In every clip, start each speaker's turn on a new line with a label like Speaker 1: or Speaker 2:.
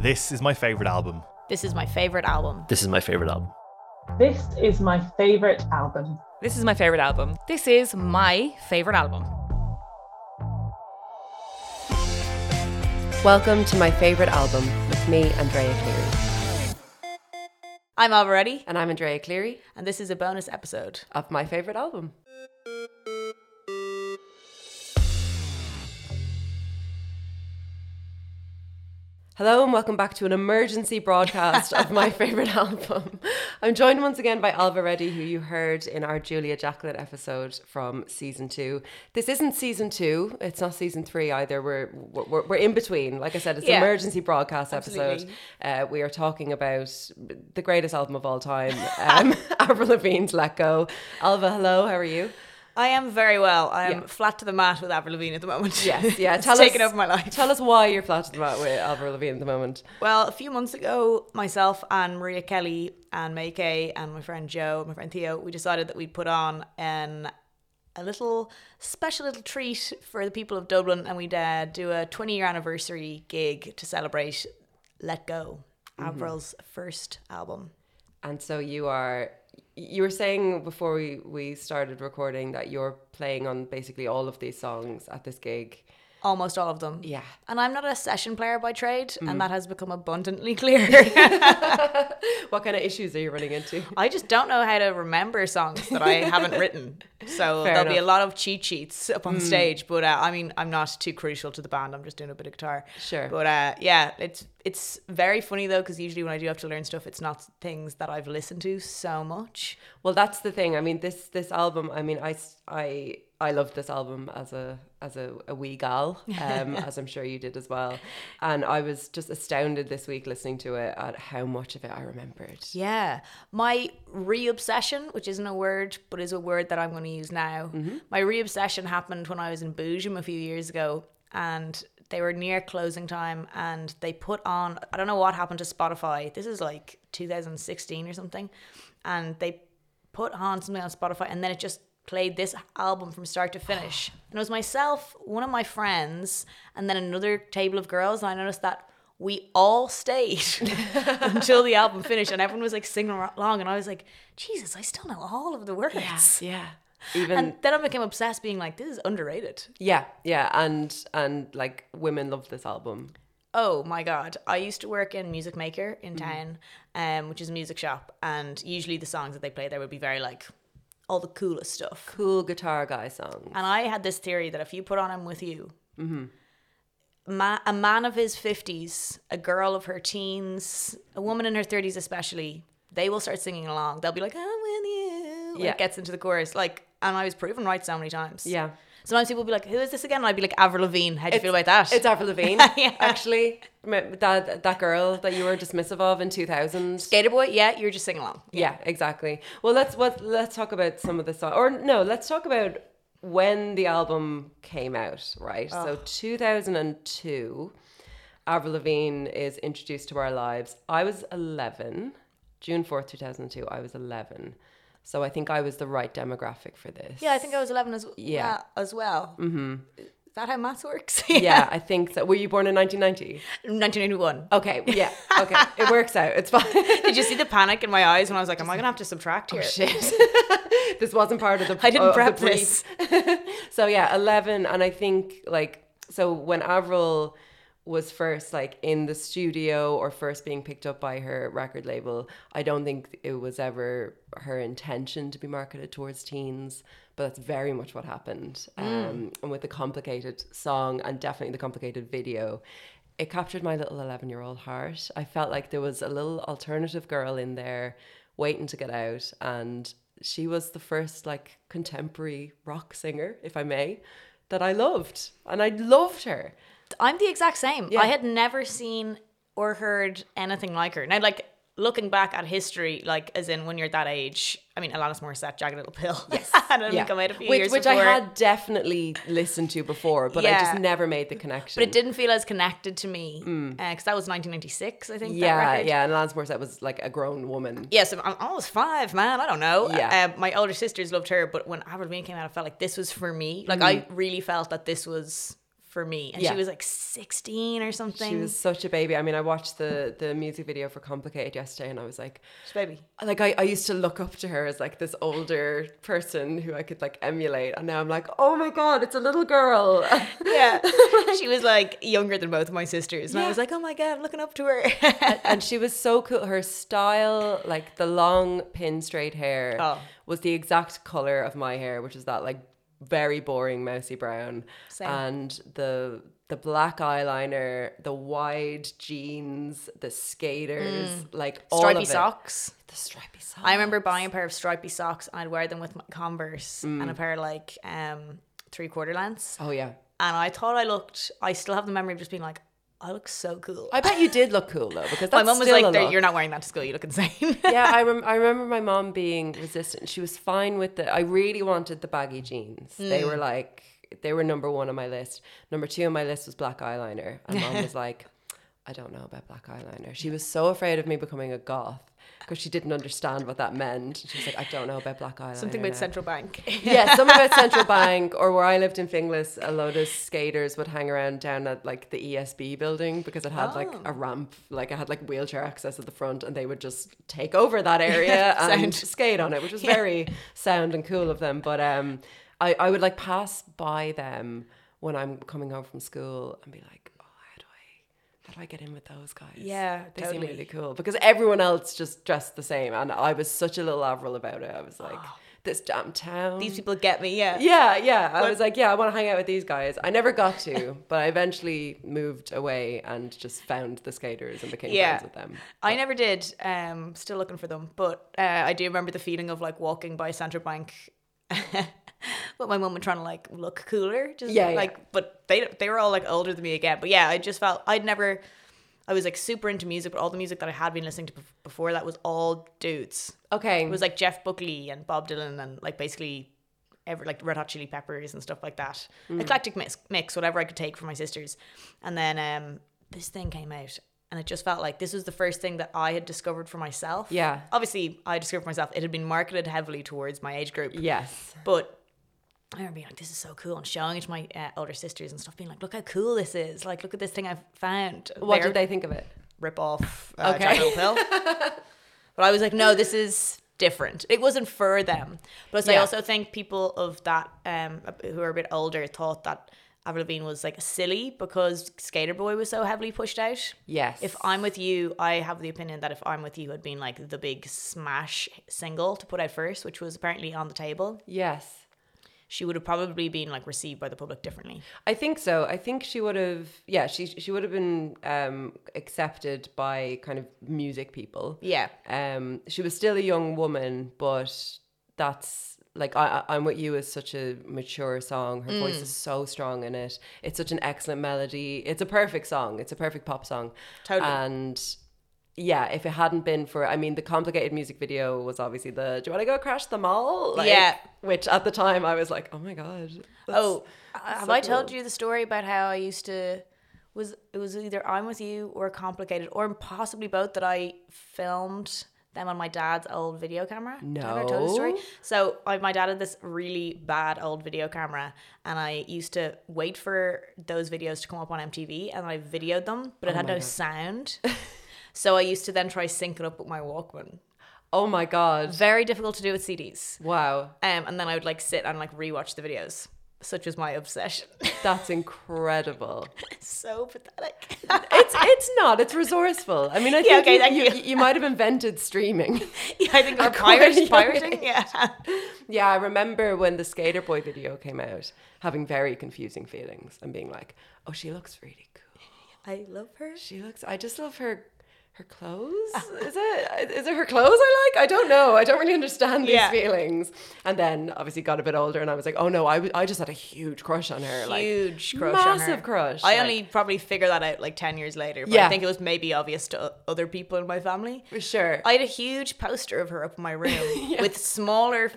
Speaker 1: This is my favorite album.
Speaker 2: This is my favorite album.
Speaker 3: This is my favorite album.
Speaker 4: This is my favorite album.
Speaker 5: This is my favorite album.
Speaker 2: This is my favorite album.
Speaker 6: Welcome to my favorite album with me, Andrea Cleary.
Speaker 2: I'm already,
Speaker 6: And I'm Andrea Cleary
Speaker 2: and this is a bonus episode.
Speaker 6: of my favorite album. Hello and welcome back to an emergency broadcast of my favorite album. I'm joined once again by Alva Reddy, who you heard in our Julia Jacqueline episode from season two. This isn't season two; it's not season three either. We're we're, we're in between. Like I said, it's
Speaker 2: Yeah.
Speaker 6: an emergency broadcast episode.
Speaker 2: Absolutely.
Speaker 6: Uh, we are talking about the greatest album of all time, um, Avril Lavigne's "Let Go." Alva, hello. How are you?
Speaker 2: I am very well. I am
Speaker 6: Yeah.
Speaker 2: flat to the mat with Avril Lavigne at the moment.
Speaker 6: Yes, yeah.
Speaker 2: it's
Speaker 6: tell
Speaker 2: taken
Speaker 6: us-
Speaker 2: over my life.
Speaker 6: Tell us why you're flat to the mat with Avril Lavigne at the moment.
Speaker 2: Well, a few months ago, myself and Maria Kelly and May Kay and my friend Joe, my friend Theo, we decided that we'd put on an a little special little treat for the people of Dublin, and we'd uh, do a 20 year anniversary gig to celebrate "Let Go," Avril's first album.
Speaker 6: And so you are. You were saying before we we started recording that you're playing on basically all of these songs at this gig.
Speaker 2: Almost all of them.
Speaker 6: Yeah. Mm-hmm.
Speaker 2: And I'm not a session player by trade, and that has become abundantly clear.
Speaker 6: What kind of issues are you running into?
Speaker 2: I just don't know how to remember songs that I haven't written. So
Speaker 6: Fair
Speaker 2: there'll be a
Speaker 6: enough. Mm.
Speaker 2: lot of cheat sheets up on stage, but uh, I mean, I'm not too crucial to the band. I'm just doing a bit of guitar.
Speaker 6: Sure.
Speaker 2: But uh, yeah, it's it's very funny though, because usually when I do have to learn stuff, it's not things that I've listened to so much.
Speaker 6: Well, that's the thing. I mean, this this album. I mean, I s- I I loved this album as a as a, a wee gal, um, as I'm sure you did as well. And I was just astounded this week listening to it at how much of it I remembered.
Speaker 2: Yeah. My re obsession, which isn't a word, but is a word that I'm going to use now. My re obsession happened when I was in Boojum a few years ago and they were near closing time and they put on, I don't know what happened to Spotify. This is like 2016 or something. And they put on something on Spotify and then it just played this album from start to finish. And it was myself, one of my friends, and then another table of girls. And I noticed that we all stayed until the album finished and everyone was like singing along. And I was like, Jesus, I still know all of the words.
Speaker 6: yeah. Even
Speaker 2: And then I became obsessed being like, this is underrated.
Speaker 6: yeah, yeah, and and like women love this album.
Speaker 2: Oh my god! I used to work in Music Maker in
Speaker 6: Mm-hmm.
Speaker 2: town, um, which is a music shop, and usually the songs that they play there would be very like all the coolest stuff.
Speaker 6: Cool guitar guy song.
Speaker 2: And I had this theory that if you put on him with you, ma- a man of his 50s, a girl of her teens, a woman in her 30s, especially, they will start singing along. They'll be like, I'm with you. when
Speaker 6: Yeah.
Speaker 2: It gets into the chorus. Like, and I was proven right so many times.
Speaker 6: Yeah.
Speaker 2: Sometimes people will be like, Who is this again? And I'd be like, Avril Lavigne. How do you feel about that?
Speaker 6: It's Avril Lavigne,
Speaker 2: Yeah.
Speaker 6: actually. Remem- That that girl that you were dismissive of in two thousand.
Speaker 2: Skater Boy? Yeah, you're just singing along.
Speaker 6: Yeah, exactly. Well, let's what let's talk about some of the songs, or no, let's talk about when the album came out. Right, so two thousand and two, Avril Lavigne is introduced to our lives. I was eleven, June fourth, two thousand and two. I was eleven, so I think I was the right demographic for this.
Speaker 2: Yeah, I think I was 11 as,
Speaker 6: Yeah.
Speaker 2: yeah. as well. Mm-hmm. Is that how maths works?
Speaker 6: yeah, I think so. Were you born in nineteen ninety?
Speaker 2: 1981.
Speaker 6: Okay, yeah, okay, it works out. It's fine.
Speaker 2: Did you see the panic in my eyes when I was like, am I going to have to subtract here?
Speaker 6: this wasn't part of the.
Speaker 2: I didn't
Speaker 6: of Uh, the
Speaker 2: prep
Speaker 6: brief.
Speaker 2: this.
Speaker 6: So yeah, eleven, and I think like so when Avril was first like in the studio or first being picked up by her record label, I don't think it was ever her intention to be marketed towards teens, but that's very much what happened. Um, and with the complicated song and definitely the complicated video. It captured my little 11 year old heart. I felt like there was a little alternative girl in there waiting to get out and she was the first like contemporary rock singer if i may that i loved and i loved her
Speaker 2: I'm the exact same.
Speaker 6: Yeah.
Speaker 2: I had never seen or heard anything like her. Now, like looking back at history, like as in when you're that age, I mean, Alanis Morissette, Jagged Little Pill. Yes, I don't think I made a few
Speaker 6: which,
Speaker 2: years
Speaker 6: which i
Speaker 2: before.
Speaker 6: had definitely listened to before but i
Speaker 2: Yeah.
Speaker 6: just never made the connection
Speaker 2: but it didn't feel as connected to me because that was 1996, I think. that
Speaker 6: Mm. yeah
Speaker 2: record.
Speaker 6: yeah and lance morissette was like a grown woman
Speaker 2: Yes, I'm, I'm almost five, man. I don't know.
Speaker 6: Yeah.
Speaker 2: Uh, my older sisters loved her, but when Avril Lavigne came out, I felt like this was for me. Like I really felt that this was for me. And
Speaker 6: Mm. Yeah.
Speaker 2: she was like 16 or something.
Speaker 6: She was such a baby. I mean, I watched the the music video for "Complicated" yesterday, and I was like,
Speaker 2: She's a baby.
Speaker 6: like I, I used to look up to her as like this older person who I could like emulate, and now I'm like, oh my god, it's a little girl.
Speaker 2: Yeah. she was like younger than both my sisters. And I
Speaker 6: Yeah.
Speaker 2: was like, oh my God, I'm looking up to her.
Speaker 6: and she was so cool. Her style, like the long pin straight hair,
Speaker 2: Oh.
Speaker 6: was the exact color of my hair, which is that like very boring mousy brown,
Speaker 2: Same.
Speaker 6: and the the black eyeliner, the wide jeans, the skaters, like all of
Speaker 2: Stripy
Speaker 6: it.
Speaker 2: Mm. socks.
Speaker 6: the stripy socks.
Speaker 2: I remember buying a pair of stripy socks and I'd wear them with my Converse and a pair of like um, three quarter lengths.
Speaker 6: Oh yeah,
Speaker 2: And I thought I looked, I still have the memory of just being like, I look so cool.
Speaker 6: I bet you did look cool though, because
Speaker 2: my
Speaker 6: that's
Speaker 2: mum was
Speaker 6: still a
Speaker 2: like, "There-
Speaker 6: look.
Speaker 2: you're not wearing that to school, you look insane.
Speaker 6: yeah, I, rem- I remember my mom being resistant. She was fine with the. I really wanted the baggy jeans. They were like they were number one on my list. Number two on my list was black eyeliner, and mom was like, "I don't know about black eyeliner." She was so afraid of me becoming a goth because she didn't understand what that meant. She was like, "I don't know about black eyeliner."
Speaker 2: Something about
Speaker 6: now."
Speaker 2: central bank.
Speaker 6: yeah, something about Central Bank or where I lived in Finglas, a lot of skaters would hang around down at like the ESB building because it had like
Speaker 2: Oh.
Speaker 6: a ramp, like it had like wheelchair access at the front, and they would just take over that area
Speaker 2: sound.
Speaker 6: and skate on it, which was very sound and cool of them. But um, I, I would like pass by them when I'm coming home from school and be like, oh, how do I, how do I get in with those guys?
Speaker 2: Yeah,
Speaker 6: they
Speaker 2: totally.
Speaker 6: seem really cool because everyone else just dressed the same, and I was such a little avril about it. I was like. This damn town.
Speaker 2: These people get me, yeah.
Speaker 6: Yeah, yeah. I was like, yeah, I want to hang out with these guys. I never got to, but I eventually moved away and just found the skaters and became
Speaker 2: Yeah.
Speaker 6: friends with them.
Speaker 2: I never did. Um, still looking for them, but uh, I do remember the feeling of like walking by Central Bank, but my mum was trying to like look cooler, just
Speaker 6: Yeah, yeah.
Speaker 2: like. But they they were all like older than me again. But yeah, I just felt I'd never. I was like super into music, but all the music that I had been listening to bef- before that was all dudes.
Speaker 6: Okay.
Speaker 2: It was like Jeff Buckley and Bob Dylan and like basically every like Red Hot Chili Peppers and stuff like that.
Speaker 6: Mm.
Speaker 2: Eclectic mix, mix, whatever I could take from my sisters. And then um, this thing came out, and it just felt like this was the first thing that I had discovered for myself.
Speaker 6: Yeah.
Speaker 2: Obviously, I discovered for myself. It had been marketed heavily towards my age group,
Speaker 6: yes.
Speaker 2: but. I remember being like, "This is so cool," and showing it to my uh, older sisters and stuff. Being like, "Look how cool this is! Like, look at this thing I've found."
Speaker 6: What
Speaker 2: They're-
Speaker 6: did they think of it?
Speaker 2: rip off uh,
Speaker 6: Okay.
Speaker 2: Jack Little Pill. but I was like, no, this is different. It wasn't for them. But I
Speaker 6: Yeah.
Speaker 2: also think people of that um, who are a bit older thought that Avril Lavigne was like silly because Skater Boy was so heavily pushed out.
Speaker 6: Yes.
Speaker 2: If I'm with you, I have the opinion that if I'm with you had been like the big smash single to put out first, which was apparently on the table,
Speaker 6: Yes.
Speaker 2: she would have probably been like received by the public differently.
Speaker 6: I think so. I think she would have, yeah, she she would have been um, accepted by kind of music people.
Speaker 2: Yeah.
Speaker 6: Um, she was still a young woman, but that's like I, I- I'm with you is such a mature song. Her
Speaker 2: Mm.
Speaker 6: voice is so strong in it. It's such an excellent melody. It's a perfect song. It's a perfect pop song.
Speaker 2: Totally.
Speaker 6: And yeah, if it hadn't been for, I mean, the complicated music video was obviously the "Do you want to go crash the mall?" Like,
Speaker 2: Yeah.
Speaker 6: Which at the time I was like, oh my god. that's-
Speaker 2: Oh, have I told you the story about how I used to was it was either I'm with you or complicated or possibly both that I filmed them on my dad's old video camera. Have I ever told you the story?
Speaker 6: No.
Speaker 2: So I, my dad had this really bad old video camera, and I used to wait for those videos to come up on MTV, and I videoed them, but
Speaker 6: Oh
Speaker 2: it had no sound. so I used to then try sync it up with my Walkman.
Speaker 6: Oh my god.
Speaker 2: Very difficult to do with CDs.
Speaker 6: Wow.
Speaker 2: Um, and then I would like sit and like rewatch the videos. Such was my obsession.
Speaker 6: That's incredible.
Speaker 2: so pathetic.
Speaker 6: It's it's not. It's resourceful. I mean, I think
Speaker 2: okay,
Speaker 6: you,
Speaker 2: thank
Speaker 6: you, you might have invented streaming.
Speaker 2: yeah, I think our
Speaker 6: Aquarium.
Speaker 2: pirate, pirating. Yeah.
Speaker 6: yeah, I remember when the Skater Boy video came out, having very confusing feelings and being like, "Oh, she looks really cool.
Speaker 2: I love her.
Speaker 6: She looks. I just love her." Her clothes? Is it? Is it her clothes I like? I don't know. I don't really understand these
Speaker 2: Yeah.
Speaker 6: feelings. And then obviously got a bit older, and I was like, oh no, I, w- I just had a huge crush on her. Like,
Speaker 2: Huge crush. on
Speaker 6: massive
Speaker 2: her.
Speaker 6: crush,
Speaker 2: I
Speaker 6: like-
Speaker 2: only probably figured that out like 10 years later, but
Speaker 6: Yeah.
Speaker 2: I think it was maybe obvious to o- other people in my family.
Speaker 6: for sure.
Speaker 2: I had a huge poster of her up in my room with smaller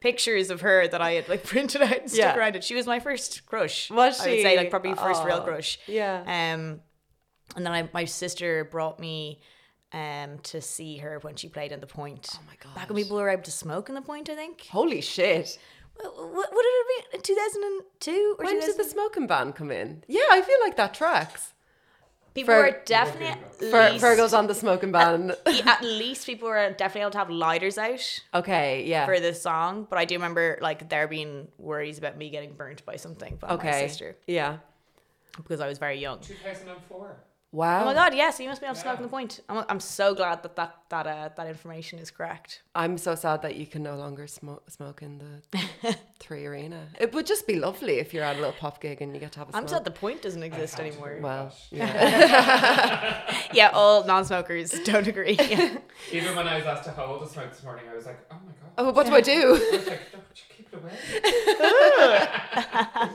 Speaker 2: pictures of her that I had like printed out and stuck
Speaker 6: Yeah.
Speaker 2: around it. She was my first crush.
Speaker 6: Was
Speaker 2: I would
Speaker 6: she?
Speaker 2: say like probably first real
Speaker 6: Aw.
Speaker 2: crush.
Speaker 6: Yeah.
Speaker 2: Um, and then I, my sister brought me um to see her when she played in the point. Oh my god! Back when people were able to smoke in the point, I think.
Speaker 6: Holy shit.
Speaker 2: w- would it have been 2002 or
Speaker 6: When
Speaker 2: 2000?
Speaker 6: did the smoking ban come in? Yeah, I feel like that tracks.
Speaker 2: people
Speaker 6: Vir-
Speaker 2: were definitely
Speaker 6: Vir-
Speaker 2: least-
Speaker 6: Virgo's on the smoking ban.
Speaker 2: Yeah, at least people were definitely able to have lighters out
Speaker 6: okay, yeah.
Speaker 2: for this song, but I do remember like there being worries about me getting burnt by something by
Speaker 6: okay.
Speaker 2: my sister
Speaker 6: Yeah.
Speaker 2: because I was very young.
Speaker 1: 2004.
Speaker 6: Wow.
Speaker 2: Oh my god, yes, you must be able to smoke on the point. I'm, I'm so glad that that that uh, that information is correct.
Speaker 6: I'm so sad that you can no longer smoke, smoke in the three arena. It would just be lovely if you're at a little pop gig and you get to have a smoke.
Speaker 2: I'm sad the point doesn't exist anymore.
Speaker 6: Well,
Speaker 2: Yeah, all non-smokers don't agree.
Speaker 1: Even when I was asked to hold a smoke this morning, I was like, oh my god.
Speaker 6: oh, what do I do?
Speaker 1: I was like, don't you keep it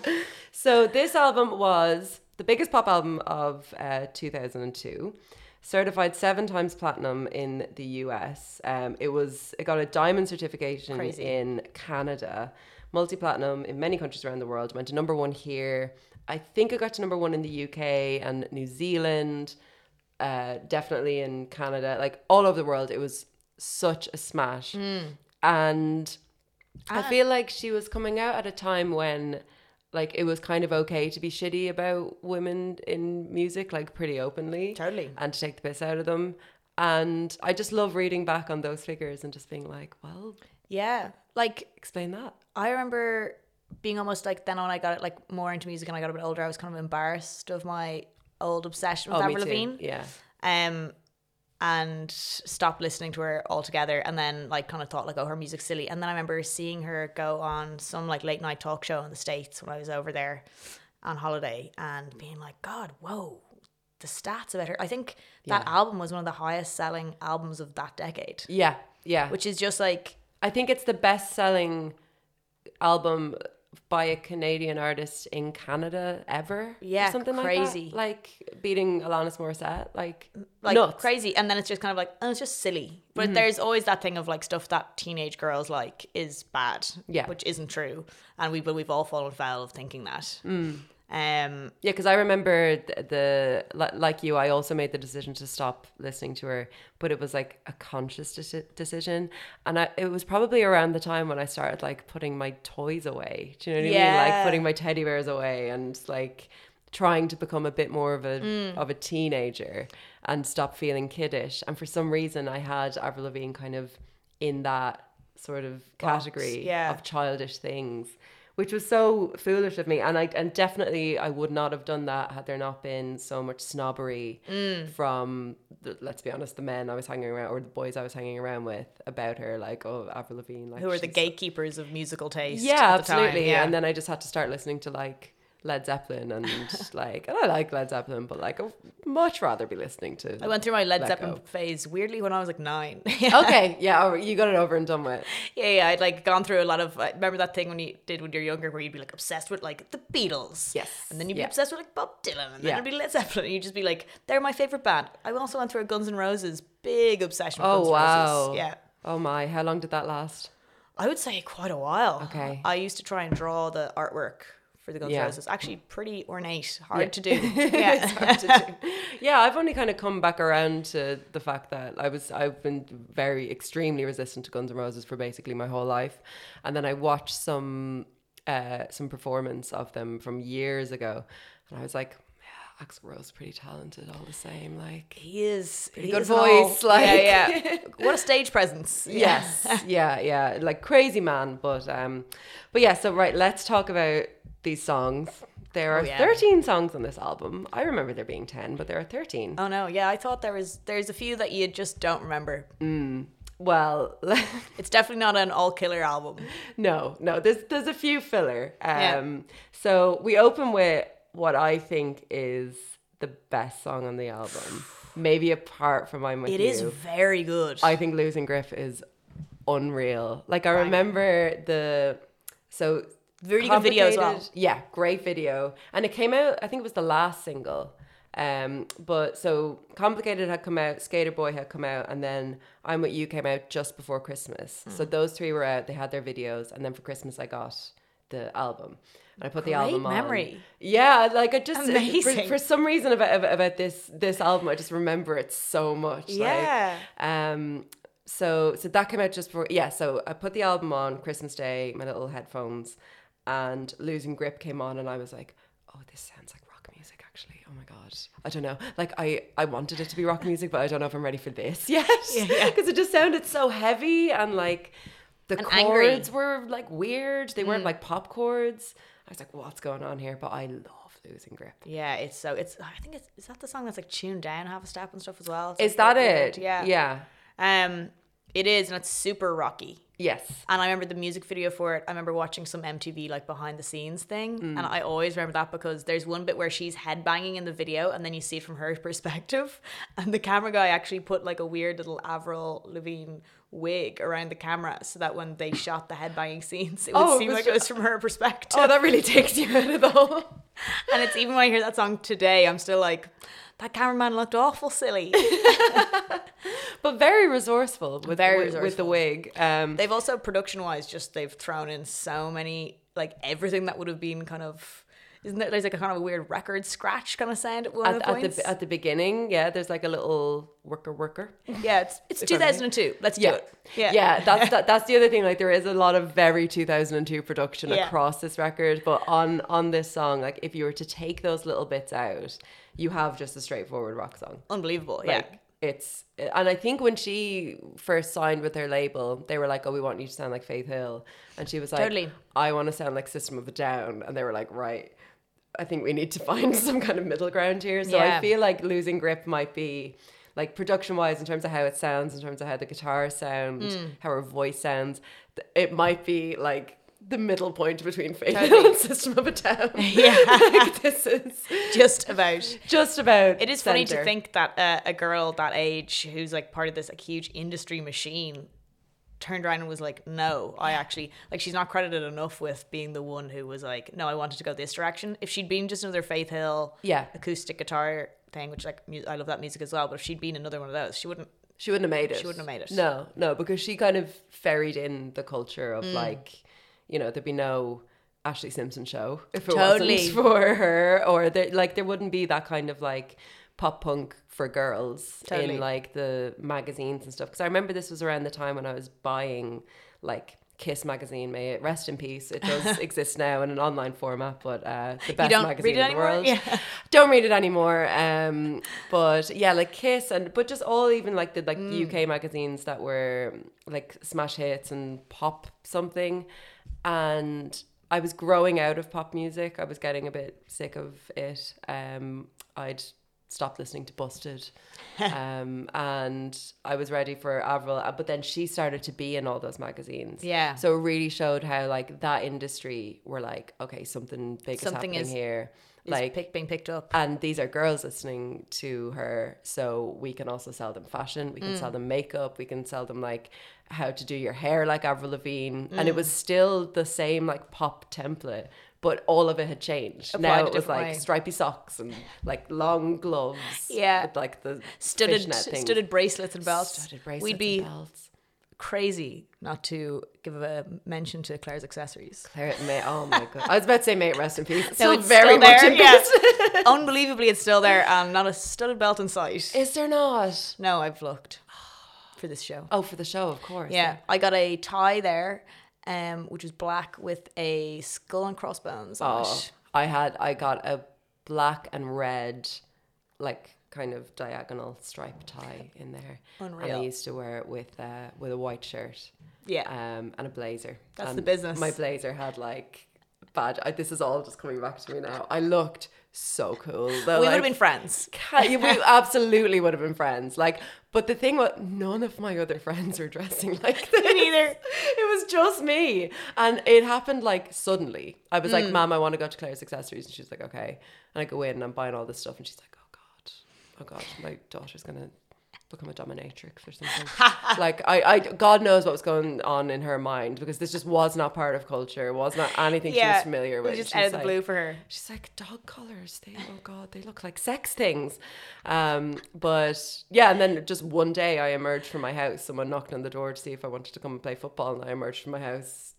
Speaker 1: away.
Speaker 6: So this album was the biggest pop album of uh, 2002, certified seven times platinum in the US. Um, it was it got a diamond certification
Speaker 2: Crazy.
Speaker 6: in Canada, multi platinum in many countries around the world. Went to number one here. I think it got to number one in the UK and New Zealand. Uh, definitely in Canada, like all over the world, it was such a smash. And
Speaker 2: Ah.
Speaker 6: I feel like she was coming out at a time when like it was kind of okay to be shitty about women in music like pretty openly
Speaker 2: Totally.
Speaker 6: and to take the piss out of them and I just love reading back on those figures and just being like well
Speaker 2: yeah, like
Speaker 6: explain that
Speaker 2: I remember being almost like then when I got like more into music and I got a bit older, I was kind of embarrassed of my old obsession with Avril Lavigne.
Speaker 6: Oh, yeah
Speaker 2: um and stopped listening to her altogether and then like kind of thought like oh her music's silly and then i remember seeing her go on some like late night talk show in the states when i was over there on holiday and being like god whoa the stats about her i think that album was one of the highest selling albums of that decade
Speaker 6: yeah yeah
Speaker 2: which is just like
Speaker 6: I think it's the best selling album by a Canadian artist in Canada ever or
Speaker 2: Yeah,
Speaker 6: something
Speaker 2: crazy.
Speaker 6: like that. like beating Alanis Morissette like
Speaker 2: like
Speaker 6: nuts. Mm-hmm.
Speaker 2: crazy and then it's just kind of like oh it's just silly but there's always that thing of like stuff that teenage girls like is bad
Speaker 6: Yeah.
Speaker 2: which isn't true and we but we've all fallen foul of thinking that
Speaker 6: Mm.
Speaker 2: um
Speaker 6: Yeah, because I remember th- the, li- like you, I also made the decision to stop listening to her, but it was like a conscious deci- decision, and I, it was probably around the time when I started like putting my toys away. Do you know what I mean?
Speaker 2: Yeah.
Speaker 6: Like putting my teddy bears away and like trying to become a bit more of a
Speaker 2: Mm.
Speaker 6: of a teenager and stop feeling kiddish. And for some reason, I had Avril Lavigne kind of in that sort of category
Speaker 2: yeah.
Speaker 6: of childish things, which was so foolish of me. And I and definitely I would not have done that had there not been so much snobbery
Speaker 2: Mm.
Speaker 6: from the, let's be honest, the men I was hanging around or the boys I was hanging around with about her, like oh Avril Lavigne, like
Speaker 2: who are the
Speaker 6: she's-
Speaker 2: gatekeepers of musical taste.
Speaker 6: Yeah,
Speaker 2: at the time,
Speaker 6: absolutely.
Speaker 2: yeah.
Speaker 6: And then I just had to start listening to like. Led Zeppelin and like, and I like Led Zeppelin, but like, I would much rather be listening to.
Speaker 2: I went through my Led
Speaker 6: Let
Speaker 2: Zeppelin
Speaker 6: go.
Speaker 2: phase weirdly when I was like nine.
Speaker 6: okay, yeah, all right, you got it over and done with.
Speaker 2: yeah, yeah, I'd like gone through a lot of. I remember that thing when you did when you're younger, where you'd be like obsessed with like the Beatles.
Speaker 6: Yes,
Speaker 2: And then you'd
Speaker 6: yeah.
Speaker 2: be obsessed with like Bob Dylan, and
Speaker 6: Yeah.
Speaker 2: then it'd be Led Zeppelin, and you'd just be like, they're my favorite band. I also went through a Guns N' Roses big obsession. With
Speaker 6: Oh
Speaker 2: Guns N'
Speaker 6: wow!
Speaker 2: Roses. Yeah.
Speaker 6: Oh my, how long did that last?
Speaker 2: I would say quite a while.
Speaker 6: Okay.
Speaker 2: I used to try and draw the artwork for the Guns N'
Speaker 6: Yeah.
Speaker 2: Roses. Actually, pretty ornate, hard to do. Yeah.
Speaker 6: Yeah, I've only kind of come back around to the fact that I was I've been very extremely resistant to Guns N' Roses for basically my whole life, and then I watched some uh, some performance of them from years ago, and I was like, yeah, Axl Rose is pretty talented all the same. Like,
Speaker 2: He is pretty
Speaker 6: good voice, like-
Speaker 2: yeah, yeah. what a stage presence.
Speaker 6: yes, yeah, yeah, like crazy man. But um, but yeah. So right, let's talk about these songs. There are
Speaker 2: Oh, yeah.
Speaker 6: 13 songs on this album. I remember there being 10, but there are 13.
Speaker 2: Oh no, yeah, I thought there was there's a few that you just don't remember.
Speaker 6: Mm. Well,
Speaker 2: It's definitely not an all killer album.
Speaker 6: No, no. There's there's a few filler. Um
Speaker 2: Yeah.
Speaker 6: so we open with what I think is the best song on the album. Maybe apart from I'm with
Speaker 2: It
Speaker 6: you.
Speaker 2: is very good.
Speaker 6: I think Losing Griff is unreal. Like I remember the so
Speaker 2: Very good video as well.
Speaker 6: Complicated- Yeah, great video. And it came out, I think it was the last single. Um, but so Complicated had come out, Skater Boy had come out, and then I'm What You came out just before Christmas.
Speaker 2: Hmm.
Speaker 6: So those three were out, they had their videos, and then for Christmas I got the album. And I put the
Speaker 2: Great
Speaker 6: album on.
Speaker 2: memory.
Speaker 6: Yeah, like I just
Speaker 2: Amazing.
Speaker 6: For, for some reason about about this this album, I just remember it so much.
Speaker 2: Yeah.
Speaker 6: Like, um so so that came out just before yeah so i put the album on christmas day my little headphones and losing grip came on and i was like oh this sounds like rock music actually oh my god i don't know like i i wanted it to be rock music but i don't know if i'm ready for this yet because it just sounded so heavy and like the
Speaker 2: And angry. Mm.
Speaker 6: chords were like weird they weren't like pop chords i was like what's going on here but i love losing grip
Speaker 2: Yeah, it's so it's. I think it's is that the song that's like tuned down half a step and stuff as well. It's,
Speaker 6: is
Speaker 2: like,
Speaker 6: that
Speaker 2: weird,
Speaker 6: it yeah
Speaker 2: Yeah. Um, it is, and it's super rocky.
Speaker 6: yes
Speaker 2: And I remember the music video for it. I remember watching some MTV like behind the scenes thing,
Speaker 6: Mm.
Speaker 2: and I always remember that because there's one bit where she's headbanging in the video, and then you see it from her perspective, and the camera guy actually put like a weird little Avril Lavigne wig around the camera so that when they shot the headbanging scenes, it would
Speaker 6: Oh, it
Speaker 2: seem
Speaker 6: was
Speaker 2: like it
Speaker 6: ju-
Speaker 2: was from her perspective.
Speaker 6: oh that really takes you out of the whole
Speaker 2: And it's even when I hear that song today, I'm still like, that cameraman looked awful silly.
Speaker 6: but very resourceful with
Speaker 2: Very
Speaker 6: with, with the
Speaker 2: resourceful.
Speaker 6: wig. Um,
Speaker 2: they've also production wise just they've thrown in so many like everything that would have been kind of isn't there there's like a kind of a weird record scratch kind of sound at one
Speaker 6: at,
Speaker 2: of the
Speaker 6: at
Speaker 2: points.
Speaker 6: the at the beginning, yeah, there's like a little worker worker.
Speaker 2: yeah, it's it's 2002. Let's do it.
Speaker 6: yeah, That's that, that's the other thing. Like there is a lot of very 2002 production
Speaker 2: Yeah.
Speaker 6: across this record, but on on this song, like if you were to take those little bits out, you have just a straightforward rock song.
Speaker 2: unbelievable.
Speaker 6: Like,
Speaker 2: yeah.
Speaker 6: It's and I think when she first signed with her label, they were like, "Oh, we want you to sound like Faith Hill," and she was like,
Speaker 2: Totally.
Speaker 6: "I want to sound like System of a Down," and they were like, "Right, I think we need to find some kind of middle ground here." So I
Speaker 2: Yeah.
Speaker 6: feel like losing grip might be like production-wise in terms of how it sounds, in terms of how the guitars sound,
Speaker 2: Hmm.
Speaker 6: how her voice sounds. th- It might be like the middle point between Faith Hill and System of a Down. Yeah, like, this is
Speaker 2: Just about.
Speaker 6: just about.
Speaker 2: It is funny to
Speaker 6: centre.
Speaker 2: think that uh, a girl that age who's like part of this like huge industry machine turned around and was like, "No, I actually like she's not credited enough with being the one who was like, no, I wanted to go this direction." If she'd been just another Faith Hill,
Speaker 6: Yeah.
Speaker 2: acoustic guitar thing, which like mu- I love that music as well, but if she'd been another one of those, she wouldn't.
Speaker 6: She wouldn't have made it.
Speaker 2: She wouldn't have made it.
Speaker 6: No, no, because she kind of ferried in the culture of
Speaker 2: Mm.
Speaker 6: like, you know, there'd be no Ashley Simpson show if it
Speaker 2: Totally.
Speaker 6: wasn't for her, or there, like there wouldn't be that kind of like pop punk for girls
Speaker 2: Totally.
Speaker 6: in like the magazines and stuff. Because I remember this was around the time when I was buying like. Kiss magazine, may it rest in peace. It does exist now in an online format, but uh, the best
Speaker 2: don't
Speaker 6: magazine
Speaker 2: read it
Speaker 6: in the
Speaker 2: anymore?
Speaker 6: world
Speaker 2: Yeah.
Speaker 6: don't read it anymore. Um, but yeah, like Kiss and but just all even like the like
Speaker 2: Mm.
Speaker 6: UK magazines that were like smash hits and pop something, and I was growing out of pop music. I was getting a bit sick of it. Um, I'd stopped listening to Busted, um, and I was ready for Avril. uh, But then she started to be in all those magazines.
Speaker 2: Yeah.
Speaker 6: So it really showed how like that industry were like okay something big
Speaker 2: Something
Speaker 6: is happening
Speaker 2: is-
Speaker 6: here.
Speaker 2: Like
Speaker 6: like
Speaker 2: pick, being picked up.
Speaker 6: and these are girls listening to her so we can also sell them fashion we can
Speaker 2: Mm.
Speaker 6: sell them makeup we can sell them like how to do your hair like avril lavigne and
Speaker 2: Mm.
Speaker 6: it was still the same like pop template but all of it had changed
Speaker 2: Applied
Speaker 6: now
Speaker 2: a
Speaker 6: it was
Speaker 2: different
Speaker 6: like
Speaker 2: way.
Speaker 6: stripy socks and like long gloves
Speaker 2: Yeah.
Speaker 6: with like the
Speaker 2: Studded,
Speaker 6: fishnet things.
Speaker 2: studded bracelets and belts.
Speaker 6: studded bracelets
Speaker 2: We'd be
Speaker 6: and belts.
Speaker 2: crazy not to give a mention to Claire's accessories.
Speaker 6: Claire, may, oh my god! I was about to say, mate, rest in peace. It's
Speaker 2: No,
Speaker 6: still
Speaker 2: it's
Speaker 6: very
Speaker 2: still
Speaker 6: much
Speaker 2: there,
Speaker 6: in
Speaker 2: yeah.
Speaker 6: business.
Speaker 2: Unbelievably, it's still there. Um, not a studded belt in sight.
Speaker 6: Is there not?
Speaker 2: No, I've looked for this show.
Speaker 6: Oh, for the show, of course.
Speaker 2: Yeah, I got a tie there, um, which was black with a skull and crossbones. On
Speaker 6: Oh,
Speaker 2: it.
Speaker 6: I had I got a black and red, like kind of diagonal stripe tie in there. And
Speaker 2: Unreal.
Speaker 6: I used to wear it with uh, with a white shirt,
Speaker 2: Yeah,
Speaker 6: um, and a blazer.
Speaker 2: That's
Speaker 6: And
Speaker 2: the business.
Speaker 6: My blazer had like badge. I, this is all just coming back to me now. I looked so cool. Though,
Speaker 2: we would
Speaker 6: like,
Speaker 2: have been friends.
Speaker 6: ca- we absolutely would have been friends. Like, but the thing was, none of my other friends were dressing like this.
Speaker 2: neither.
Speaker 6: It was just me, and it happened like suddenly. I was
Speaker 2: Mm.
Speaker 6: like, "Mom, I want to go to Claire's accessories," and she's like, "Okay." And I go in and I'm buying all this stuff, and she's like, "Oh God, oh God, my daughter's gonna." Become a dominatrix or something. like I, I, God knows what was going on in her mind because this just was not part of culture. It was not anything she was familiar with.
Speaker 2: It was just
Speaker 6: She's
Speaker 2: out of the
Speaker 6: like-
Speaker 2: blue for her.
Speaker 6: She's like dog collars. They oh god, they look like sex things. Um, but yeah, and then just one day I emerged from my house. Someone knocked on the door to see if I wanted to come and play football, and I emerged from my house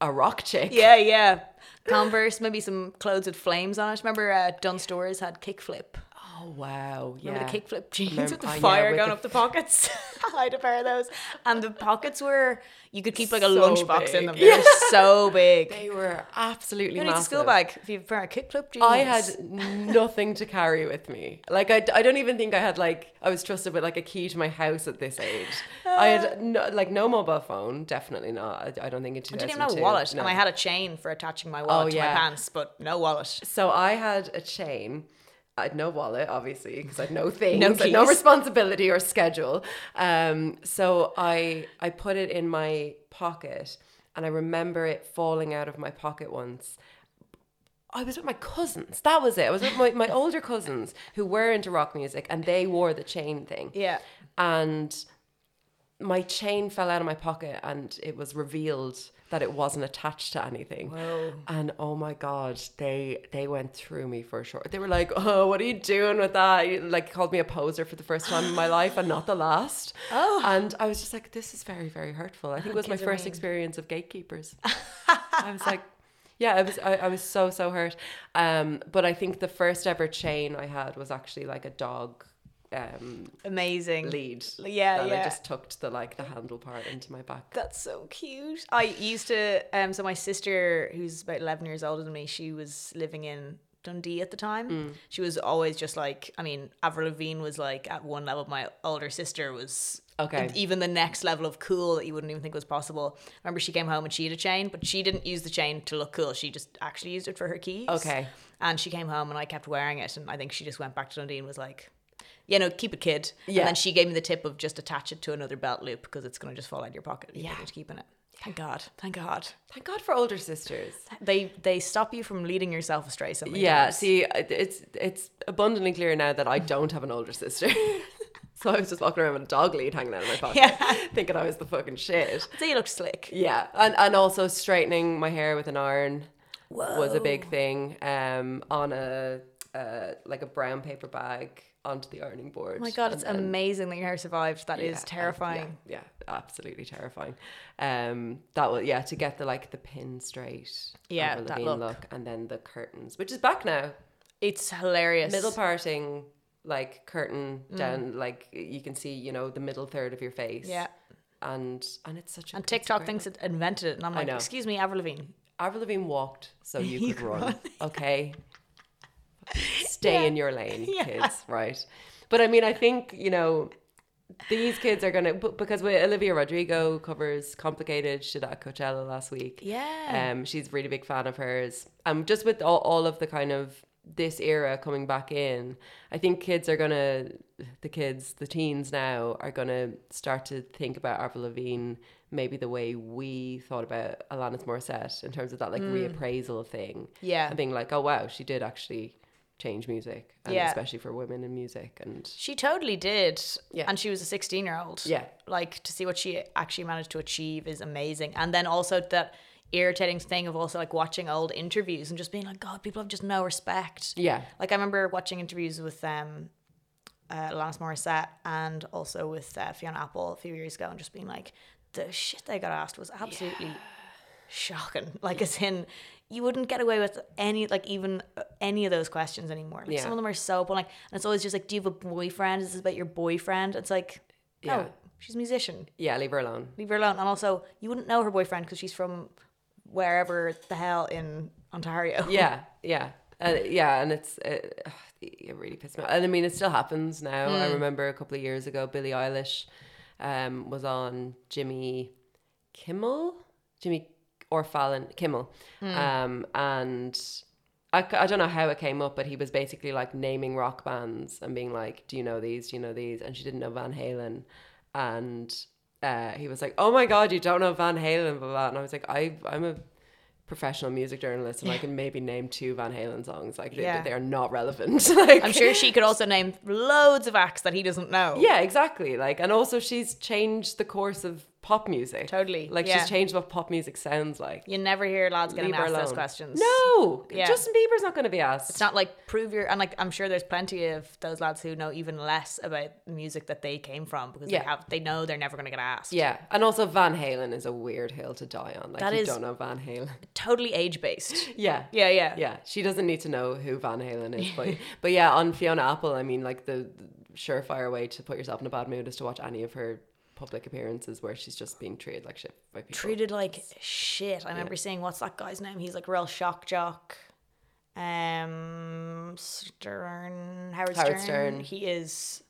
Speaker 6: a rock chick.
Speaker 2: Yeah, yeah. Converse, maybe some clothes with flames on it. Remember, uh, Dunn Stores had kickflip.
Speaker 6: Oh wow. Yeah.
Speaker 2: Remember the kickflip jeans
Speaker 6: Remember-
Speaker 2: with the
Speaker 6: oh, yeah,
Speaker 2: fire
Speaker 6: with
Speaker 2: going
Speaker 6: the-
Speaker 2: up the pockets? I had a pair of those. And the pockets were, you could keep like a
Speaker 6: So
Speaker 2: lunchbox in them.
Speaker 6: big.
Speaker 2: They were so big.
Speaker 6: They were absolutely
Speaker 2: you need a
Speaker 6: massive.
Speaker 2: school bag if you have a pair of kickflip jeans.
Speaker 6: I had nothing to carry with me. Like I, I don't even think I had like I was trusted with like a key to my house at this age. I had no, like no mobile phone, definitely not. I, I don't think it.
Speaker 2: Ah. I didn't even have a wallet. And I had a chain for attaching my wallet
Speaker 6: Oh,
Speaker 2: to
Speaker 6: yeah.
Speaker 2: my pants, but no wallet.
Speaker 6: So I had a chain. I had no wallet, obviously, because I had no things,
Speaker 2: No
Speaker 6: no, no
Speaker 2: keys.
Speaker 6: responsibility or schedule. Um, so I I put it in my pocket, and I remember it falling out of my pocket once. I was with my cousins. That was it. I was with my, my older cousins who were into rock music, and they wore the chain thing
Speaker 2: Yeah.
Speaker 6: and my chain fell out of my pocket and it was revealed that it wasn't attached to anything. And oh my god, they they went through me for a short. They were like, "Oh, what are you doing with that?" You, Like called me a poser for the first time in my life and not the last. Oh. And I was just like, "This is very very hurtful." I think it was my
Speaker 2: Kids are
Speaker 6: first
Speaker 2: mean.
Speaker 6: experience of gatekeepers. I was like, yeah, I was I, I was so so hurt. Um, but I think the first ever chain I had was actually like a dog um
Speaker 2: Amazing.
Speaker 6: lead.
Speaker 2: Yeah,
Speaker 6: and I
Speaker 2: yeah.
Speaker 6: just tucked the like the handle part into my back.
Speaker 2: That's so cute. I used to um so my sister who's about 11 years older than me, she was living in Dundee at the time.
Speaker 6: Mm.
Speaker 2: She was always just like, I mean, Avril Lavigne was like at one level. My older sister was
Speaker 6: Okay.
Speaker 2: even the next level of cool that you wouldn't even think was possible. I remember she came home and she had a chain, but she didn't use the chain to look cool. She just actually used it for her keys.
Speaker 6: Okay.
Speaker 2: And she came home and I kept wearing it, and I think she just went back to Dundee and was like, "You know, keep it, kid."
Speaker 6: Yeah.
Speaker 2: And then she gave me the tip of just attach it to another belt loop because it's gonna just fall out of your pocket. if You yeah. Just keeping it. Thank God. Thank God.
Speaker 6: Thank God for older sisters.
Speaker 2: They they stop you from leading yourself astray. Something.
Speaker 6: Yeah, see, I- it's it's abundantly clear now that I don't have an older sister. so I was just walking around with a dog lead hanging out of my pocket,
Speaker 2: Yeah.
Speaker 6: thinking I was the fucking shit.
Speaker 2: So you look slick.
Speaker 6: Yeah, and and also straightening my hair with an iron was a big thing. Um, on a uh, like a brown paper bag onto the ironing board.
Speaker 2: Oh my God, it's
Speaker 6: and then-
Speaker 2: amazing that your hair survived. That is
Speaker 6: Yeah, uh,
Speaker 2: terrifying.
Speaker 6: yeah, yeah, absolutely terrifying. Um, that was yeah to get the like the pin straight,
Speaker 2: Yeah,
Speaker 6: Avril
Speaker 2: that
Speaker 6: Lavigne
Speaker 2: look.
Speaker 6: and then the curtains, which is back now.
Speaker 2: It's Mm. hilarious.
Speaker 6: Middle parting, like curtain down, like you can see, you know, the middle third of your face.
Speaker 2: Yeah.
Speaker 6: and and it's such a
Speaker 2: And
Speaker 6: it's a
Speaker 2: TikTok
Speaker 6: great
Speaker 2: thinks it invented it, and I'm like,
Speaker 6: know.
Speaker 2: excuse me, Avril Lavigne.
Speaker 6: Avril Lavigne walked, so you, could, run. Okay. Stay in your lane, kids. Right. But I mean, I think, you know, these kids are going to, because we, Olivia Rodrigo covers Complicated. She did that at Coachella last week.
Speaker 2: Yeah.
Speaker 6: Um, she's a really big fan of hers. Um, just with all, all of the kind of this era coming back in, I think kids are gonna, the kids, the teens now are gonna start to think about Avril Lavigne maybe the way we thought about Alanis Morissette in terms of that like reappraisal thing.
Speaker 2: Mm. Yeah.
Speaker 6: and being like, oh wow, she did actually change music, and
Speaker 2: Yeah.
Speaker 6: especially for women in music, and
Speaker 2: she totally did.
Speaker 6: Yeah.
Speaker 2: And she was a 16 year old.
Speaker 6: Yeah.
Speaker 2: Like to see what she actually managed to achieve is amazing. And then also that irritating thing of also like watching old interviews and just being like, God, people have just no respect.
Speaker 6: yeah,
Speaker 2: Like I remember watching interviews with um, uh, Alanis Morissette and also with uh, Fiona Apple a few years ago, and just being like, the shit they got asked was absolutely shocking. Like as in, you wouldn't get away with any like even uh, any of those questions anymore. Like some
Speaker 6: Yeah.
Speaker 2: of them are so like, and it's always just like, do you have a boyfriend? Is this about your boyfriend? It's like, no,
Speaker 6: Yeah.
Speaker 2: she's a musician.
Speaker 6: yeah, leave her alone.
Speaker 2: Leave her alone. And also, you wouldn't know her boyfriend because she's from wherever the hell in Ontario.
Speaker 6: yeah yeah uh, yeah and it's uh, it really pissed me off and i mean it still happens now i remember a couple of years ago billie eilish um, was on jimmy kimmel jimmy or fallon kimmel
Speaker 2: Hmm.
Speaker 6: um, and I, c- I don't know how it came up but he was basically like naming rock bands and being like do you know these do you know these and she didn't know van halen and uh, he was like oh my god you don't know van halen blah blah blah. and i was like I, i'm a professional music journalist and I can maybe name two Van Halen songs like they,
Speaker 2: Yeah.
Speaker 6: they are not relevant like
Speaker 2: I'm sure she could also name loads of acts that he doesn't know.
Speaker 6: yeah exactly like and also she's changed the course of pop music.
Speaker 2: Totally,
Speaker 6: Like
Speaker 2: yeah.
Speaker 6: she's changed what pop music sounds like.
Speaker 2: You never hear lads getting
Speaker 6: Leave her
Speaker 2: asked those
Speaker 6: alone.
Speaker 2: questions.
Speaker 6: No,
Speaker 2: Yeah.
Speaker 6: Justin Bieber's not going to be asked.
Speaker 2: It's not like prove your and like I'm sure there's plenty of those lads who know even less about the music that they came from because
Speaker 6: Yeah.
Speaker 2: they have they know they're never gonna get asked.
Speaker 6: yeah, and also Van Halen is a weird hill to die on. Like
Speaker 2: That
Speaker 6: you
Speaker 2: is-
Speaker 6: don't know Van Halen.
Speaker 2: Totally age based.
Speaker 6: Yeah.
Speaker 2: Yeah, yeah.
Speaker 6: Yeah, she doesn't need to know who Van Halen is, but but yeah, on Fiona Apple, I mean, like the, the surefire way to put yourself in a bad mood is to watch any of her public appearances where she's just being treated like shit by people.
Speaker 2: Treated like shit. I remember seeing what's that guy's name? He's like real shock jock. Um Stern Howard,
Speaker 6: Howard Stern.
Speaker 2: He is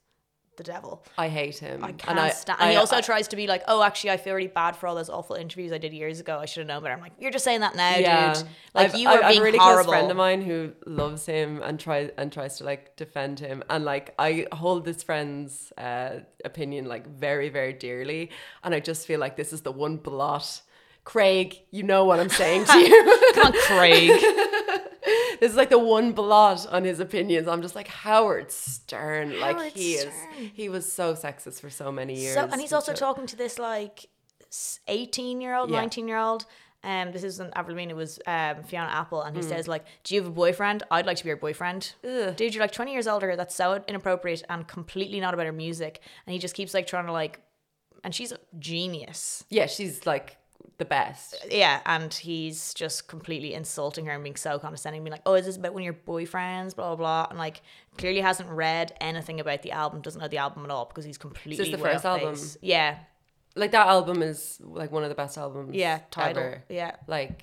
Speaker 2: the devil.
Speaker 6: Mm, I hate him.
Speaker 2: I can't stand. And he also tries to be like, "Oh, actually, I feel really bad for all those awful interviews I did years ago. I should have known." But I'm like, "You're just saying that now, dude. Like
Speaker 6: I've-
Speaker 2: you are
Speaker 6: I've
Speaker 2: being
Speaker 6: a really
Speaker 2: horrible."
Speaker 6: close friend of mine who loves him and tries and tries to like defend him and like I hold this friend's uh, opinion like very very dearly and I just feel like this is the one blot. Craig, you know what I'm saying to you.
Speaker 2: Come on, Craig.
Speaker 6: this is like the one blot on his opinions. I'm just like Howard Stern. like
Speaker 2: Howard
Speaker 6: he
Speaker 2: Stern.
Speaker 6: is, he was so sexist for so many years.
Speaker 2: So, and he's also
Speaker 6: Just-
Speaker 2: talking to this like s- 18 year old,
Speaker 6: Yeah.
Speaker 2: 19 year old. Um, this isn't Avril it was um, Fiona Apple, and he
Speaker 6: Mm.
Speaker 2: says like, "Do you have a boyfriend? I'd like to be your boyfriend, dude. You're like 20 years older. That's so inappropriate and completely not about her music." And he just keeps like trying to like, and she's a genius.
Speaker 6: yeah, she's like the best.
Speaker 2: Yeah, and he's just completely insulting her and being so condescending, being like, "Oh, is this about when your boyfriends?" Blah blah blah, and like clearly hasn't read anything about the album, doesn't know the album at all because he's completely.
Speaker 6: the
Speaker 2: way
Speaker 6: first
Speaker 2: off
Speaker 6: album?
Speaker 2: base. Yeah,
Speaker 6: Like that album is like one of the best albums.
Speaker 2: yeah, title.
Speaker 6: ever.
Speaker 2: Yeah,
Speaker 6: Like,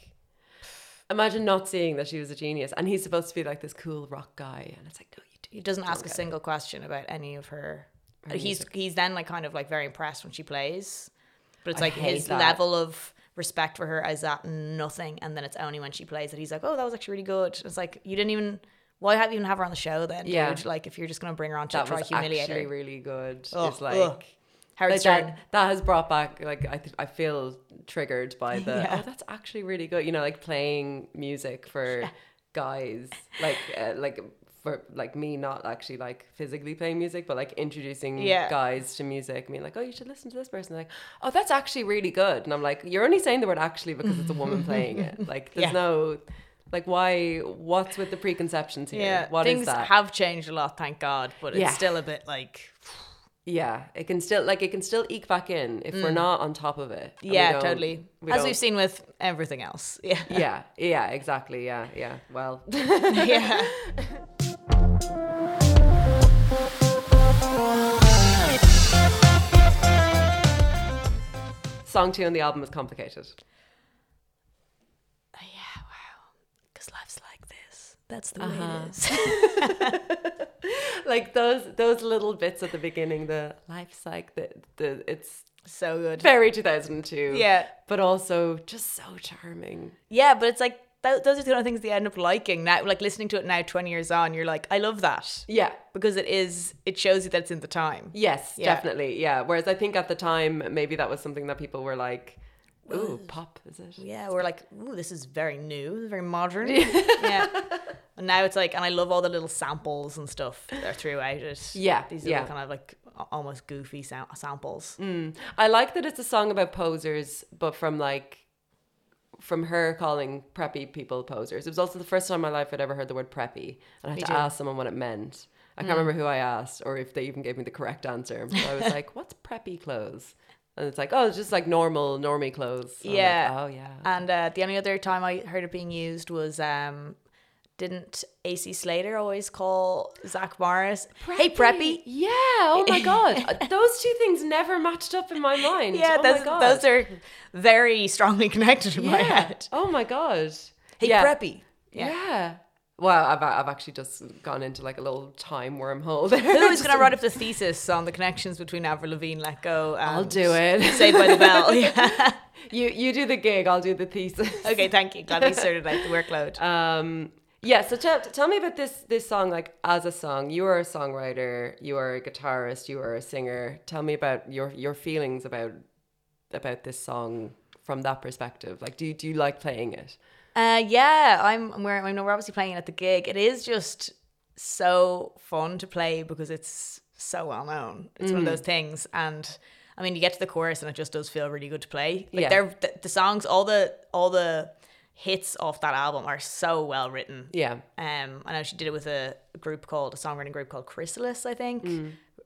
Speaker 6: imagine not seeing that she was a genius, and he's supposed to be like this cool rock guy, and it's like, no, you do.
Speaker 2: he doesn't ask a single question about any of her. he's he's then like kind of like very impressed when she plays, but it's
Speaker 6: I
Speaker 2: like
Speaker 6: hate
Speaker 2: his
Speaker 6: that.
Speaker 2: level of respect for her is at nothing, and then it's only when she plays that he's like, "Oh, that was actually really good." It's like you didn't even. Why have you even have her on the show then,
Speaker 6: Yeah.
Speaker 2: dude? Like, if you're just gonna bring her on to
Speaker 6: That
Speaker 2: try
Speaker 6: was
Speaker 2: to humiliate
Speaker 6: actually
Speaker 2: her,
Speaker 6: really good.
Speaker 2: Ugh,
Speaker 6: it's like.
Speaker 2: ugh. Howard
Speaker 6: Like
Speaker 2: Stern.
Speaker 6: that, that has brought back like I, th- I feel triggered by the
Speaker 2: Yeah.
Speaker 6: oh that's actually really good you know like playing music for guys like uh, like for like me not actually like physically playing music but like introducing
Speaker 2: Yeah.
Speaker 6: guys to music being like oh you should listen to this person like oh that's actually really good and I'm like you're only saying the word actually because it's a woman playing it like there's
Speaker 2: Yeah.
Speaker 6: no like why what's with the preconceptions here
Speaker 2: Yeah,
Speaker 6: What is
Speaker 2: things
Speaker 6: that
Speaker 2: have changed a lot, thank God, but
Speaker 6: Yeah.
Speaker 2: it's still a bit like
Speaker 6: Yeah, it can still like it can still eke back in if we're not on top of it. and we
Speaker 2: Mm. yeah,
Speaker 6: don't-
Speaker 2: totally.
Speaker 6: we
Speaker 2: As
Speaker 6: don't-
Speaker 2: we've seen with everything else, yeah,
Speaker 6: Yeah, yeah, exactly. Yeah, yeah. Well,
Speaker 2: yeah.
Speaker 6: song two on the album is complicated.
Speaker 2: Because life's like this. That's the way it is.
Speaker 6: Like those those little bits at the beginning, the life's like the the it's
Speaker 2: so good.
Speaker 6: very 2002.
Speaker 2: Yeah,
Speaker 6: but also just so charming.
Speaker 2: yeah, but it's like th- those are the kind of things they end up liking now. Like listening to it now, twenty years on, you're like, I love that
Speaker 6: Yeah.
Speaker 2: because it is. It shows you that it's in the time.
Speaker 6: Yes,
Speaker 2: Yeah.
Speaker 6: definitely. Yeah. Whereas I think at the time maybe that was something that people were like, "Ooh, pop is it?"
Speaker 2: Yeah, we're like, ooh, this is very new, this is very modern. yeah. And now it's like, and I love all the little samples and stuff that are throughout it.
Speaker 6: Yeah,
Speaker 2: These
Speaker 6: yeah.
Speaker 2: little kind of like a- almost goofy sam- samples.
Speaker 6: I like that it's a song about posers, but from like from her calling preppy people posers. It was also the first time in my life I'd ever heard the word preppy, and I had to
Speaker 2: too. Hmm.
Speaker 6: ask someone what it meant. I can't remember who I asked or if they even gave me the correct answer. But I was like, "What's preppy clothes?" And it's like, "Oh, it's just like normal, normie clothes." And I'm like,
Speaker 2: Yeah.
Speaker 6: oh yeah.
Speaker 2: And uh, the only other time I heard it being used was um, didn't AC Slater always call Zach Morris, hey, preppy?
Speaker 6: Yeah. Oh my god. Uh, Those two things never matched up in my mind.
Speaker 2: Yeah,
Speaker 6: Oh
Speaker 2: those,
Speaker 6: my god.
Speaker 2: those are very strongly connected in my
Speaker 6: Yeah.
Speaker 2: head.
Speaker 6: Oh my god.
Speaker 2: Hey,
Speaker 6: Yeah.
Speaker 2: preppy.
Speaker 6: Yeah.
Speaker 2: Yeah.
Speaker 6: Well, I've, I've actually just gone into like a little time wormhole there.
Speaker 2: Who's
Speaker 6: Just-
Speaker 2: going to write up the thesis on the connections between Avril Lavigne, Let Go, and
Speaker 6: I'll do it.
Speaker 2: Saved by the Bell? Yeah.
Speaker 6: you you do the gig. I'll do the thesis.
Speaker 2: Okay, thank you. Glad we sorted out the workload.
Speaker 6: Um. Yeah. So tell tell me about this this song. Like as a song, you are a songwriter. You are a guitarist. You are a singer. Tell me about your your feelings about about this song from that perspective. Like, do you, do you like playing it?
Speaker 2: Uh, yeah, I'm. I'm wearing. I mean, we're obviously playing it at the gig. It is just Mm. so fun to play because it's so well known. It's one of those things, and I mean, you get to the chorus and it just does feel really good to play. Like
Speaker 6: Yeah.
Speaker 2: they're the, the songs, all the all the hits off that album are so well written.
Speaker 6: Yeah.
Speaker 2: Um, I know she did it with a group called a songwriting group called Chrysalis, I think.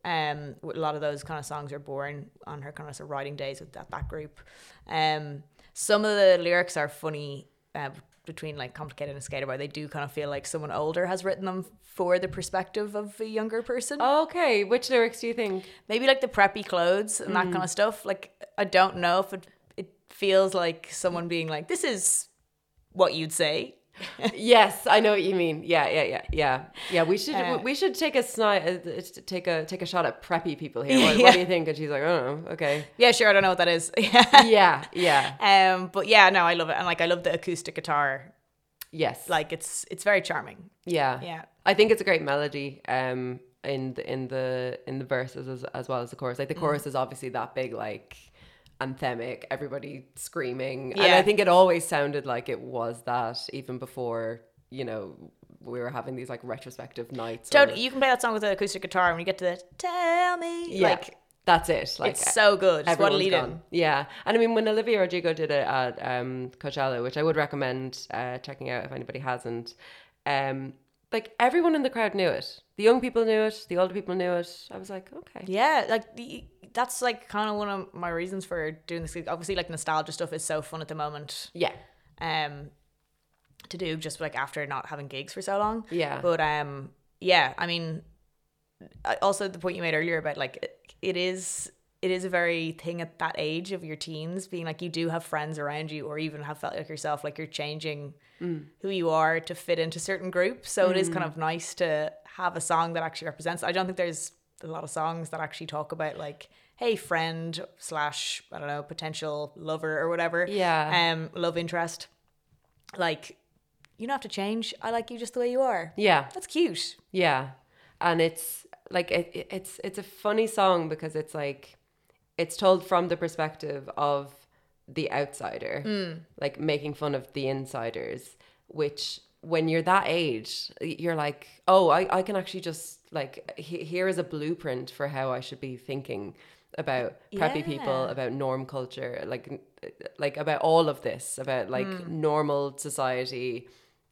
Speaker 2: Um, a lot of those kind of songs are born on her kind of, sort of writing days with that, that group. Um, some of the lyrics are funny uh, between like complicated and skater where they do kind of feel like someone older has written them for the perspective of a younger person.
Speaker 6: Oh. Okay. Which lyrics do you think?
Speaker 2: Maybe like the preppy clothes and that kind of stuff. Like I don't know if it, it feels like someone being like, "This is what you'd say."
Speaker 6: yes, I know what you mean. Yeah, yeah, yeah, yeah, yeah. We should
Speaker 2: Uh,
Speaker 6: we should take a snide, uh, t- take a take a shot at preppy people here. What,
Speaker 2: Yeah.
Speaker 6: what do you think? And she's like, oh, okay.
Speaker 2: Yeah, sure. I don't know what that is.
Speaker 6: yeah, yeah,
Speaker 2: Um, but yeah, no, I love it, and like I love the acoustic guitar.
Speaker 6: yes,
Speaker 2: Like it's it's very charming.
Speaker 6: yeah,
Speaker 2: Yeah,
Speaker 6: I think it's a great melody. Um, in the in the in the verses as, as well as the chorus. Like
Speaker 2: Mm.
Speaker 6: the chorus is obviously that big, like anthemic, everybody screaming. And
Speaker 2: Yeah.
Speaker 6: I think it always sounded like it was that, even before you know we were having these like retrospective nights. or-
Speaker 2: don't e, you can play that song with an acoustic guitar when you get to the tell me.
Speaker 6: yeah,
Speaker 2: Like
Speaker 6: that's it. Like
Speaker 2: it's so good. It's what a
Speaker 6: Everyone's
Speaker 2: lead in.
Speaker 6: gone. Yeah. And I mean, when Olivia Rodrigo did it at um, Coachella, which I would recommend uh, checking out if anybody hasn't, um, like everyone in the crowd knew it. The young people knew it, the older people knew it. I was like, okay.
Speaker 2: Yeah, like the, that's like kind of one of my reasons for doing this. Obviously, like nostalgia stuff is so fun at the moment.
Speaker 6: Yeah.
Speaker 2: Um, to do just like after not having gigs for so long.
Speaker 6: Yeah.
Speaker 2: But um, yeah, I mean, I- also the point you made earlier about like it- it is it is a very thing at that age of your teens being like you do have friends around you or even have felt like yourself like you're changing who you are to fit into certain groups. So it is kind of nice to have a song that actually represents. I don't think there's a lot of songs that actually talk about like hey friend slash I don't know potential lover or whatever
Speaker 6: Yeah.
Speaker 2: um love interest like you don't have to change. I like you just the way you are.
Speaker 6: yeah.
Speaker 2: That's cute.
Speaker 6: Yeah, and it's like it, it- it's it's a funny song because it's like it's told from the perspective of the outsider, like making fun of the insiders, which when you're that age, you're like, oh, I, I can actually just like he, here is a blueprint for how I should be thinking about preppy people,
Speaker 2: Yeah.
Speaker 6: about norm culture, like like about all of this, about like normal society.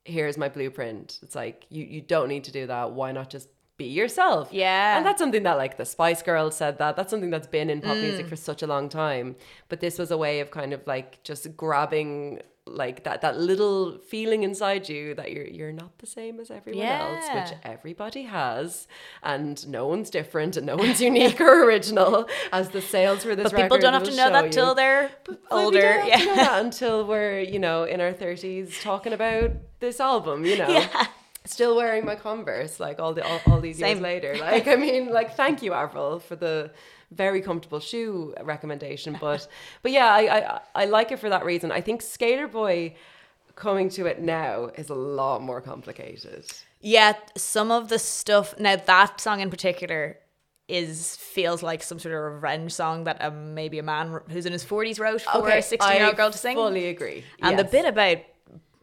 Speaker 6: Here's my blueprint. It's like you you don't need to do that. Why not just be yourself?
Speaker 2: Yeah.
Speaker 6: And that's something that like the Spice Girls said that. That's something that's been in pop
Speaker 2: Mm.
Speaker 6: music for such a long time. But this was a way of kind of like just grabbing like that that little feeling inside you that you're you're not the same as everyone else,
Speaker 2: Yeah.
Speaker 6: which everybody has, and no one's different and no one's unique or original. As the sales for this,
Speaker 2: But people don't
Speaker 6: record
Speaker 2: have to
Speaker 6: will
Speaker 2: know
Speaker 6: show
Speaker 2: that
Speaker 6: you.
Speaker 2: till they're
Speaker 6: Well,
Speaker 2: older.
Speaker 6: we don't have to know
Speaker 2: yeah.
Speaker 6: that until we're you know in our thirties talking about this album. You know.
Speaker 2: Yeah.
Speaker 6: Still wearing my Converse, like all the all, all these
Speaker 2: Same.
Speaker 6: years later. Like I mean, like thank you, Avril, for the very comfortable shoe recommendation. But but yeah, I, I I like it for that reason. I think Skater Boy coming to it now is a lot more complicated.
Speaker 2: Yeah, some of the stuff now that song in particular is feels like some sort of revenge song that um, maybe a man who's in his 40s wrote for a 16 year
Speaker 6: I
Speaker 2: old girl to sing.
Speaker 6: Fully agree.
Speaker 2: and the
Speaker 6: Yes.
Speaker 2: bit about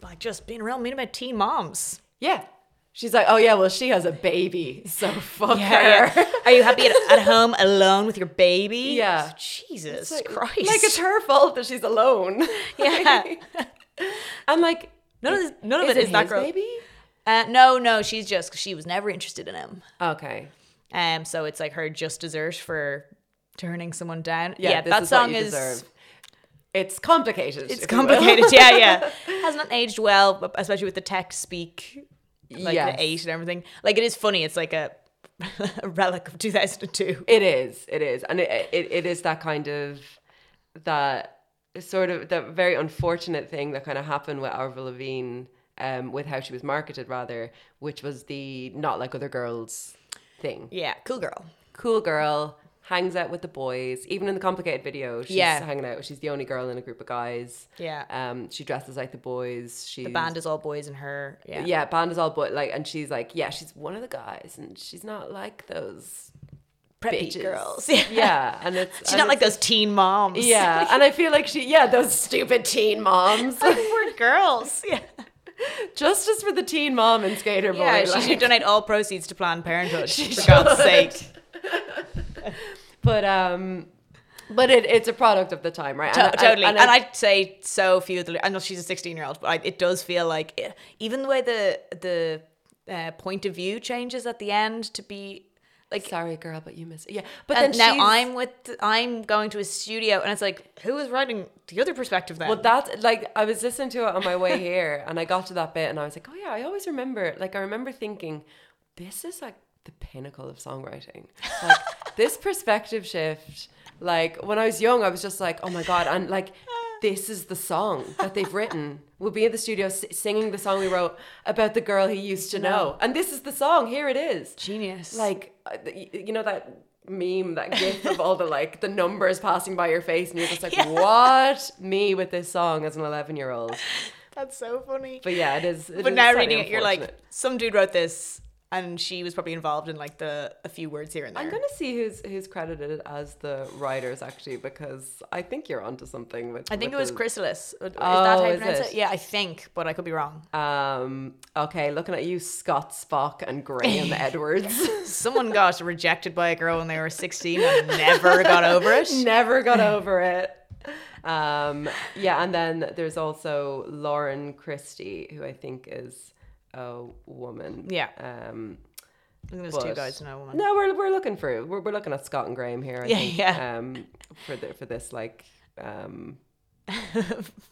Speaker 2: like just being real mean about teen moms.
Speaker 6: yeah. She's like, oh yeah, well she has a baby, so fuck her.
Speaker 2: Are you happy at, at home alone with your baby?
Speaker 6: Yeah.
Speaker 2: Jesus
Speaker 6: Like-
Speaker 2: Christ.
Speaker 6: Like it's her fault that she's alone.
Speaker 2: Yeah.
Speaker 6: and like
Speaker 2: None of this, none of
Speaker 6: is
Speaker 2: it is that
Speaker 6: his
Speaker 2: girl.
Speaker 6: baby?
Speaker 2: Uh, no, no, she's just she was never interested in him.
Speaker 6: Okay.
Speaker 2: Um, so it's like her just desert for turning someone down.
Speaker 6: Yeah,
Speaker 2: Yeah,
Speaker 6: this
Speaker 2: that
Speaker 6: is what
Speaker 2: song
Speaker 6: you
Speaker 2: is
Speaker 6: deserve. It's complicated.
Speaker 2: it's
Speaker 6: if you will.
Speaker 2: complicated. yeah, yeah, has not aged well, but especially with the tech speak, like
Speaker 6: Yes.
Speaker 2: the eight and everything. Like it is funny. It's like a, a relic of two thousand and two.
Speaker 6: It is. It is, and it, it it is that kind of that sort of that very unfortunate thing that kind of happened with Avril Lavigne, um, with how she was marketed rather, which was the not like other girls thing.
Speaker 2: Yeah, cool girl.
Speaker 6: Cool girl hangs out with the boys, even in the complicated video. She's
Speaker 2: Yeah.
Speaker 6: hanging out. She's the only girl in a group of guys.
Speaker 2: Yeah,
Speaker 6: Um, she dresses like the boys. She
Speaker 2: the band is all boys and her. Yeah,
Speaker 6: yeah, band is all but like, and she's like, yeah, she's one of the guys, and she's not like those
Speaker 2: preppy
Speaker 6: bitches.
Speaker 2: girls.
Speaker 6: yeah,
Speaker 2: Yeah,
Speaker 6: and it's
Speaker 2: she's
Speaker 6: and
Speaker 2: not like
Speaker 6: it's-
Speaker 2: those teen moms.
Speaker 6: yeah, and I feel like she, yeah, those stupid teen moms.
Speaker 2: we're girls. Yeah,
Speaker 6: Justice for the teen mom and skater boy.
Speaker 2: yeah. She
Speaker 6: like.
Speaker 2: should donate all proceeds to Planned Parenthood. For God's
Speaker 6: should.
Speaker 2: sake.
Speaker 6: But um, But it, it's a product of the time, right?
Speaker 2: To-
Speaker 6: And-
Speaker 2: totally.
Speaker 6: and-
Speaker 2: And,
Speaker 6: and I-
Speaker 2: I'd say so few of the. I know she's a 16 year old, but I, it does feel like it, even the way the the uh, point of view changes at the end to be like.
Speaker 6: Sorry, girl, but you missed it. Yeah, but
Speaker 2: and
Speaker 6: then
Speaker 2: now
Speaker 6: she's-
Speaker 2: I'm with I'm going to a studio, and it's like who is writing the other perspective then?
Speaker 6: Well, that like I was listening to it on my way here, and I got to that bit, and I was like, oh yeah, I always remember. Like I remember thinking, this is like the pinnacle of songwriting. Like this perspective shift. Like when I was young, I was just like, oh my god, and like this is the song that they've written. We'll be in the studio s- singing the song we wrote about the girl he used to know, and this is the song. Here it is.
Speaker 2: Genius.
Speaker 6: Like uh, y- you know that meme, that gif of all the like the numbers passing by your face, and you're just like,
Speaker 2: Yeah.
Speaker 6: what me with this song as an eleven year old?
Speaker 2: that's so funny.
Speaker 6: But yeah, it is. it
Speaker 2: but
Speaker 6: is
Speaker 2: now
Speaker 6: slightly
Speaker 2: reading it, you're like,
Speaker 6: unfortunate.
Speaker 2: some dude wrote this, and she was probably involved in like the a few words here and there.
Speaker 6: I'm gonna see who's who's credited as the writers actually, because I think you're onto something. With
Speaker 2: I think it
Speaker 6: with
Speaker 2: was
Speaker 6: the-
Speaker 2: Chrysalis. Oh, Is that
Speaker 6: Oh,
Speaker 2: how you
Speaker 6: is
Speaker 2: pronounce it?
Speaker 6: it?
Speaker 2: Yeah, I think, but I could be wrong.
Speaker 6: Um, okay, looking at you, Scott Spock and Graham Edwards.
Speaker 2: Someone got rejected by a girl when they were 16 and never got over it.
Speaker 6: Never got over it. Um, yeah, and then there's also Lauren Christie, who I think is a woman.
Speaker 2: Yeah.
Speaker 6: Um,
Speaker 2: I think there's two
Speaker 6: But-
Speaker 2: guys and a woman.
Speaker 6: no, we're, we're looking for we're, we're looking at Scott and Graham here. I
Speaker 2: Yeah,
Speaker 6: think,
Speaker 2: yeah.
Speaker 6: Um, for the, for this like um,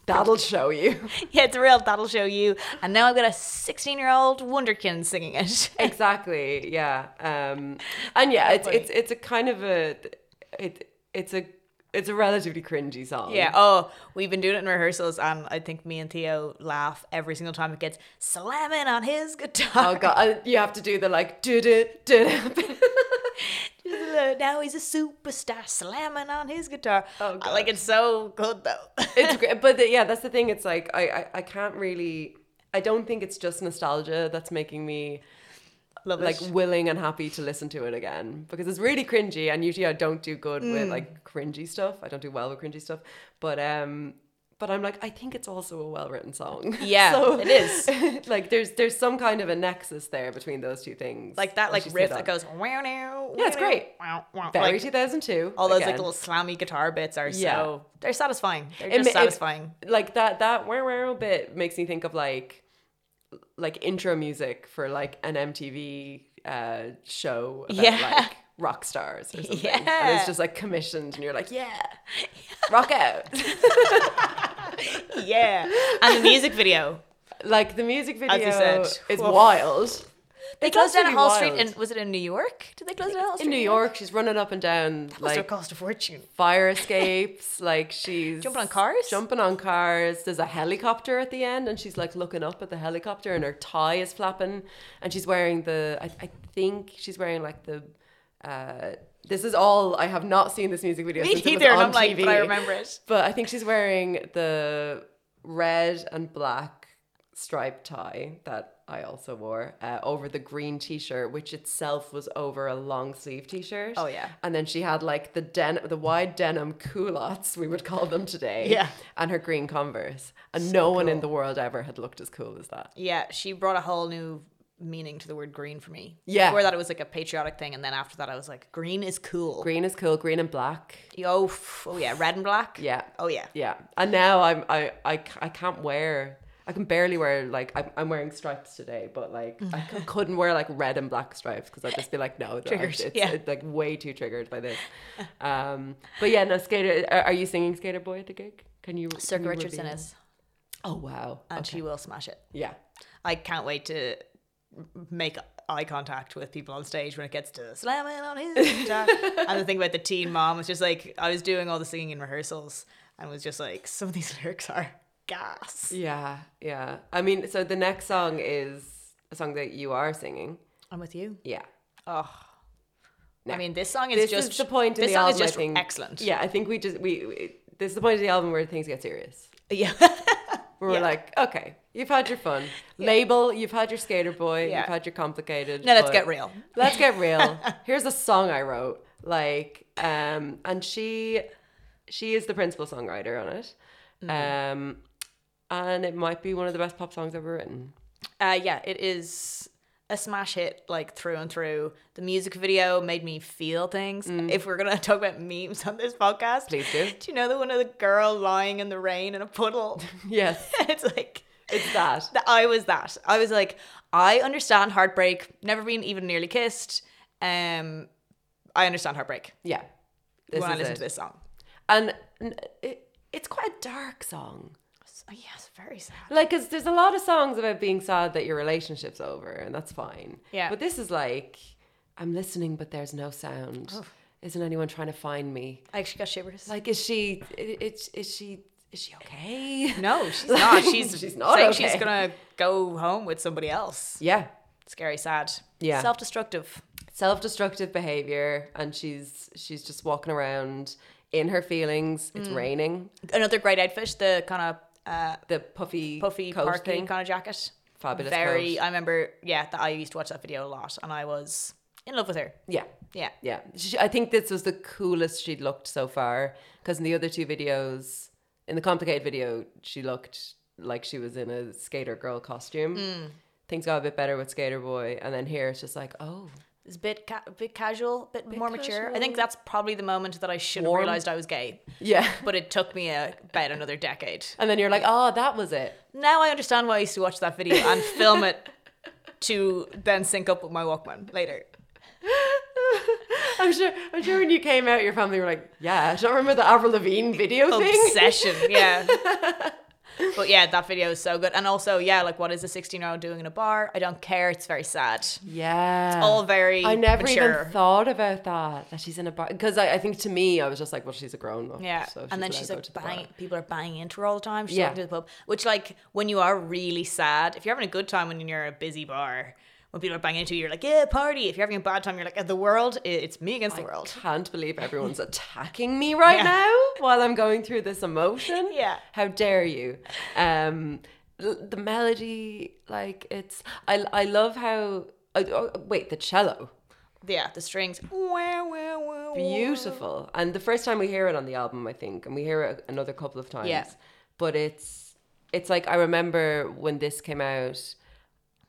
Speaker 6: that'll show you
Speaker 2: Yeah, it's real. That'll show you. And now I've got a 16 year old Wonderkin singing it.
Speaker 6: exactly. Yeah. Um, and yeah, it's it's it's a kind of a it it's a it's a relatively cringy song.
Speaker 2: Yeah. Oh, we've been doing it in rehearsals, and I think me and Theo laugh every single time it gets slamming on his guitar.
Speaker 6: Oh god, I- you have to do the like do do do.
Speaker 2: now he's a superstar slamming on his guitar.
Speaker 6: Oh,
Speaker 2: I like it's so good though.
Speaker 6: it's great but the- yeah that's the thing it's like I, I i can't really i don't think it's just nostalgia that's making me
Speaker 2: Love
Speaker 6: like
Speaker 2: it.
Speaker 6: willing and happy to listen to it again because it's really cringy and usually i don't do good with
Speaker 2: Mm.
Speaker 6: like cringy stuff i don't do well with cringy stuff but um but i'm like i think it's also a well-written song
Speaker 2: Yeah, it
Speaker 6: is like there's there's some kind of a nexus there between those two things
Speaker 2: like that like
Speaker 6: Let's just say
Speaker 2: riff that goes wow now.
Speaker 6: Yeah, it's
Speaker 2: wow,
Speaker 6: great.
Speaker 2: Wow, wow.
Speaker 6: very
Speaker 2: Like,
Speaker 6: 2002
Speaker 2: all those like
Speaker 6: again.
Speaker 2: little slammy guitar bits are
Speaker 6: Yeah.
Speaker 2: so they're satisfying. They're
Speaker 6: It
Speaker 2: just
Speaker 6: ma- it-
Speaker 2: satisfying.
Speaker 6: like that that wow wow bit makes me think of like like intro music for like an MTV uh show about
Speaker 2: Yeah.
Speaker 6: like rock stars or something. And
Speaker 2: Yeah.
Speaker 6: it's just like commissioned and you're like, yeah. Rock out.
Speaker 2: yeah, and the music video.
Speaker 6: like the music video
Speaker 2: you said, woof.
Speaker 6: is wild.
Speaker 2: They closed down a
Speaker 6: really
Speaker 2: Hall Street,
Speaker 6: wild.
Speaker 2: and was it in New York? Did they close down Hall Street
Speaker 6: In New York, she's running up and down
Speaker 2: Must
Speaker 6: like
Speaker 2: have cost a fortune.
Speaker 6: fire escapes. like she's
Speaker 2: Jumping on cars?
Speaker 6: Jumping on cars. There's a helicopter at the end, and she's like looking up at the helicopter, and her tie is flapping, and she's wearing the. I, I think she's wearing like the. Uh, this is all I have not seen this music video.
Speaker 2: Me
Speaker 6: since it was
Speaker 2: neither, and
Speaker 6: on
Speaker 2: I'm like, but I
Speaker 6: TV.
Speaker 2: remember it.
Speaker 6: But I think she's wearing the red and black striped tie that I also wore uh, over the green t-shirt, which itself was over a long sleeve t-shirt.
Speaker 2: Oh, yeah.
Speaker 6: And then she had like the den, the wide denim culottes we would call them today.
Speaker 2: Yeah.
Speaker 6: And her green Converse, and no one in the world ever had looked as cool as that.
Speaker 2: Yeah, she brought a whole new meaning to the word green for me.
Speaker 6: Yeah.
Speaker 2: Before that, it was like a patriotic thing, and then after that, I was like, green is cool.
Speaker 6: Green is cool. Green and black.
Speaker 2: Oh, f- oh yeah, red and black.
Speaker 6: Yeah.
Speaker 2: Oh yeah.
Speaker 6: Yeah, and now I'm I I, ca- I can't wear. I can barely wear like I'm, I'm wearing stripes today, but like I c- couldn't wear like red and black stripes because I'd just be like, no, that-
Speaker 2: Triggered,
Speaker 6: It's,
Speaker 2: yeah.
Speaker 6: it's, like way too triggered by this. Um, but yeah, no, skater. Are, are you singing Skater Boy at the gig? Can you? can
Speaker 2: Circa
Speaker 6: you
Speaker 2: Richardson
Speaker 6: reveal?
Speaker 2: is,
Speaker 6: Oh wow.
Speaker 2: and
Speaker 6: Okay.
Speaker 2: she will smash it.
Speaker 6: Yeah.
Speaker 2: I can't wait to m- make eye contact with people on stage when it gets to slamming on his guitar. and the thing about the teen mom was just like I was doing all the singing in rehearsals and was just like some of these lyrics are gas.
Speaker 6: Yeah. Yeah. I mean, so the next song is a song that you are singing.
Speaker 2: I'm with you.
Speaker 6: Yeah.
Speaker 2: Oh. I mean, this song is
Speaker 6: This
Speaker 2: just
Speaker 6: is the point in
Speaker 2: this
Speaker 6: the
Speaker 2: song
Speaker 6: album.
Speaker 2: is just
Speaker 6: I think.
Speaker 2: excellent.
Speaker 6: Yeah, I think we just we, we this is the point of the album where things get serious.
Speaker 2: yeah.
Speaker 6: We were like, okay, you've had your fun. Label, you've had your skater boy,
Speaker 2: Yeah.
Speaker 6: you've had your complicated.
Speaker 2: Now let's
Speaker 6: but
Speaker 2: get real.
Speaker 6: Let's get real. Here's a song I wrote. Like, um, and she she is the principal songwriter on it.
Speaker 2: Mm-hmm.
Speaker 6: Um and it might be one of the best pop songs ever written.
Speaker 2: Uh, yeah, it is a smash hit like through and through. The music video made me feel things. If we're gonna talk about memes on this podcast,
Speaker 6: Mm. Please do.
Speaker 2: Do you know the one of the girl lying in the rain in a puddle?
Speaker 6: Yes,
Speaker 2: it's like
Speaker 6: it's that.
Speaker 2: that I was that. I was like, I understand heartbreak. Never been even nearly kissed. Um, I understand heartbreak
Speaker 6: Yeah. This
Speaker 2: when I
Speaker 6: is
Speaker 2: listen
Speaker 6: it.
Speaker 2: to this song.
Speaker 6: And n- it, it's quite a dark song.
Speaker 2: So, yes, oh, very sad.
Speaker 6: Like, because there's a lot of songs about being sad that your relationship's over, and that's fine.
Speaker 2: Yeah.
Speaker 6: But this is like, I'm listening, but there's no sound. Isn't anyone trying to find me?
Speaker 2: I actually got shivers.
Speaker 6: Like, is she? It's is she? Is she okay?
Speaker 2: no, she's not. She's
Speaker 6: She's not
Speaker 2: saying she's
Speaker 6: okay.
Speaker 2: gonna go home with somebody else.
Speaker 6: Yeah.
Speaker 2: Scary, sad.
Speaker 6: Yeah.
Speaker 2: self-destructive.
Speaker 6: Self-destructive behavior, and she's she's just walking around in her feelings.
Speaker 2: Mm.
Speaker 6: It's raining.
Speaker 2: Another great outfit, the kind of uh,
Speaker 6: The puffy
Speaker 2: puffy,
Speaker 6: coat
Speaker 2: parky
Speaker 6: thing.
Speaker 2: kind of jacket.
Speaker 6: Fabulous
Speaker 2: Very.
Speaker 6: coat.
Speaker 2: I remember. Yeah, that I used to watch that video a lot, and I was in love with her.
Speaker 6: Yeah.
Speaker 2: Yeah.
Speaker 6: Yeah, she, I think this was the coolest she'd looked so far. Because in the other two videos, in the complicated video, she looked like she was in a skater girl costume. Things got a bit better with Skater Boy, and then here it's just like, oh,
Speaker 2: It's a bit, ca- bit casual, bit, more mature. I
Speaker 6: casual.
Speaker 2: think that's probably the moment that I should have
Speaker 6: Warm.
Speaker 2: realized I was gay.
Speaker 6: yeah.
Speaker 2: But it took me a, about another decade.
Speaker 6: And then you're like, oh, that was it.
Speaker 2: Now I understand why I used to watch that video and film it to then sync up with my Walkman later.
Speaker 6: I'm sure. I'm sure when you came out, your family were like, yeah, do you remember the Avril Lavigne video thing?
Speaker 2: Obsession, yeah. But yeah, that video is so good. And also, yeah, like what is a 16 year old doing in a bar? I don't care. It's very sad.
Speaker 6: Yeah.
Speaker 2: All very
Speaker 6: I never
Speaker 2: mature.
Speaker 6: even thought about that. That she's in a bar. Because I, I think to me, I was just like, well, she's a grown up.
Speaker 2: Yeah.
Speaker 6: so
Speaker 2: and then
Speaker 6: allowed
Speaker 2: she's
Speaker 6: to go
Speaker 2: like,
Speaker 6: to the bar.
Speaker 2: buying, people are buying into her all the time. She's
Speaker 6: Yeah.
Speaker 2: going to the pub, which, like, when you are really sad, if you're having a good time when you're in a busy bar, when people are banging into you, you're like, yeah, party. If you're having a bad time, you're like, the world, i- it's me against the world.
Speaker 6: can't believe everyone's attacking me right
Speaker 2: Yeah.
Speaker 6: now while I'm going through this emotion.
Speaker 2: Yeah.
Speaker 6: How dare you? Um, l- the melody, like it's, I, I love how, I, oh, wait, the cello,
Speaker 2: Yeah, the strings. Wah, wah, wah, wah.
Speaker 6: beautiful. And the first time we hear it on the album, I think, and we hear it another couple of times.
Speaker 2: Yeah.
Speaker 6: But it's, it's like, I remember when this came out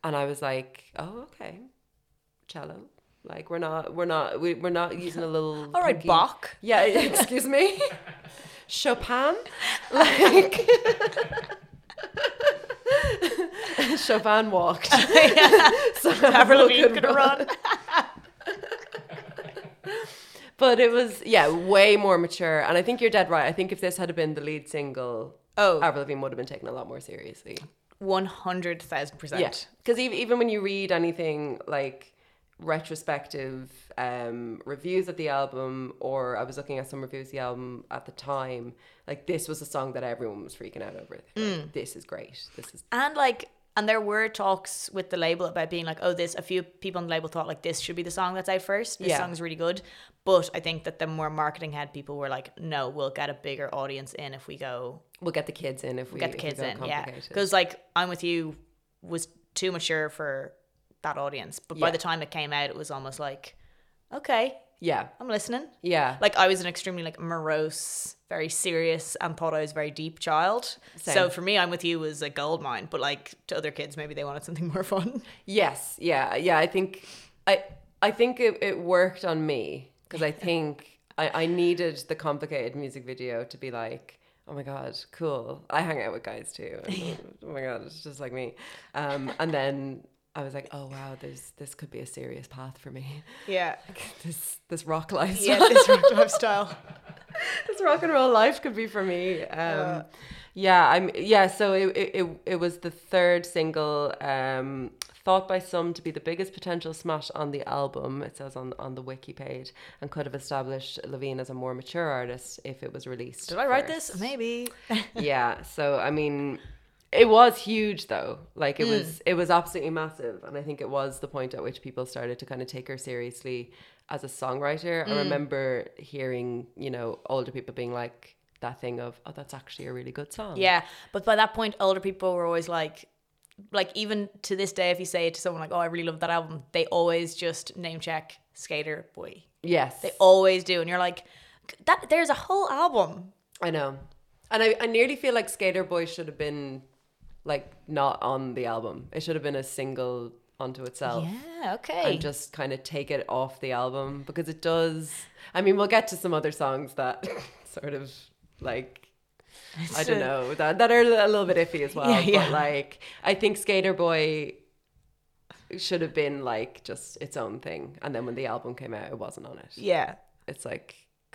Speaker 6: and I was like, oh, okay, cello. Like we're not, we're not, we, we're not using a little.
Speaker 2: All right,
Speaker 6: punky-
Speaker 2: Bach.
Speaker 6: yeah, excuse me. Chopin? Like Chopin walked. so
Speaker 2: Avril
Speaker 6: Avril
Speaker 2: Lavigne
Speaker 6: could
Speaker 2: could run.
Speaker 6: But it was yeah, way more mature. And I think you're dead right. I think if this had been the lead single,
Speaker 2: Oh.
Speaker 6: Avril Lavigne would have been taken a lot more seriously.
Speaker 2: 100,000%.
Speaker 6: Yeah, because even even when you read anything like retrospective um, reviews of the album, or I was looking at some reviews of the album at the time, like this was a song that everyone was freaking out over. They were like,
Speaker 2: Mm.
Speaker 6: This is great. This is
Speaker 2: And like, and there were talks with the label about being like, oh, this. A few people on the label thought like this should be the song that's out first. This
Speaker 6: Yeah.
Speaker 2: song's really good, but I think that the more marketing head people were like, no, we'll get a bigger audience in if we go
Speaker 6: we'll get the kids in if we
Speaker 2: get the
Speaker 6: if we
Speaker 2: kids
Speaker 6: go
Speaker 2: in. Yeah,
Speaker 6: complicated.
Speaker 2: because like I'm with you was too mature for that audience, but by
Speaker 6: Yeah.
Speaker 2: the time it came out, it was almost like, okay,
Speaker 6: yeah,
Speaker 2: I'm listening.
Speaker 6: yeah.
Speaker 2: Like I was an extremely like morose, very serious, and thought I was a very deep child. So
Speaker 6: Same.
Speaker 2: for me, I'm with you was a gold mine. But like to other kids, maybe they wanted something more fun.
Speaker 6: Yes, yeah, yeah. I think I I think it, it worked on me because I think I, I needed the complicated music video to be like, oh my god, cool. I hang out with guys too. and, oh my god, it's just like me. Um, and then I was like, oh wow, there's this could be a serious path for me.
Speaker 2: Yeah,
Speaker 6: This this rock lifestyle
Speaker 2: yeah, this rock lifestyle.
Speaker 6: this rock and roll life could be for me. Um, yeah, I'm. Yeah, so it, it it it was the third single, um, thought by some to be the biggest potential smash on the album. It says on on the wiki page, and could have established Levine as a more mature artist if it was released.
Speaker 2: Did I write
Speaker 6: first.
Speaker 2: this? Maybe.
Speaker 6: yeah. So I mean. It was huge though. Like it
Speaker 2: Mm.
Speaker 6: was it was absolutely massive and I think it was the point at which people started to kind of take her seriously as a songwriter.
Speaker 2: Mm.
Speaker 6: I remember hearing, you know, older people being like that thing of, oh that's actually a really good song.
Speaker 2: Yeah, but by that point, older people were always like, like even to this day, if you say it to someone like, "Oh, I really love that album," they always just name check Skater Boy.
Speaker 6: Yes.
Speaker 2: They always do, and you're like, that there's a whole album.
Speaker 6: I know. And I, I nearly feel like Skater Boy should have been like not on the album. It should have been a single onto
Speaker 2: Oh.
Speaker 6: itself
Speaker 2: Yeah, okay.
Speaker 6: and just kind of take it off the album because it does. I mean, we'll get to some other songs that sort of like I don't know that that are a little bit iffy as well.
Speaker 2: Yeah, yeah.
Speaker 6: But like, I think Skater Boy should have been like just its own thing, and then when the album came out, it wasn't on it.
Speaker 2: yeah,
Speaker 6: It's like.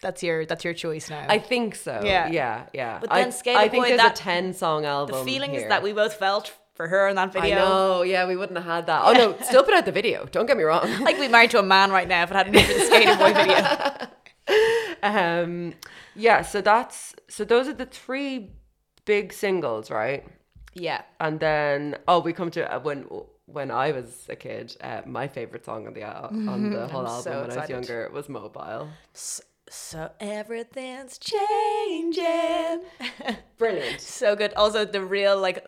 Speaker 2: that's your that's your choice now.
Speaker 6: I think so.
Speaker 2: Yeah.
Speaker 6: Yeah, yeah, yeah.
Speaker 2: But
Speaker 6: I-
Speaker 2: then Skater
Speaker 6: I think
Speaker 2: Boy,
Speaker 6: there's
Speaker 2: that-
Speaker 6: a ten-song
Speaker 2: the
Speaker 6: album.
Speaker 2: feelings
Speaker 6: here.
Speaker 2: that we both felt for her in that
Speaker 6: I
Speaker 2: video.
Speaker 6: know. Yeah, we wouldn't have had that. Oh no, still put out the video. Don't get me wrong.
Speaker 2: Like we married to a man right now if it hadn't been for the skater boy video.
Speaker 6: um yeah so that's so those are the three big singles right
Speaker 2: Yeah.
Speaker 6: and then oh we come to uh, when when i was a kid uh, my favorite song on the al- on the whole album
Speaker 2: Mm-hmm. so
Speaker 6: when i was
Speaker 2: excited.
Speaker 6: younger was mobile
Speaker 2: So everything's changing.
Speaker 6: brilliant
Speaker 2: so good. Also the real like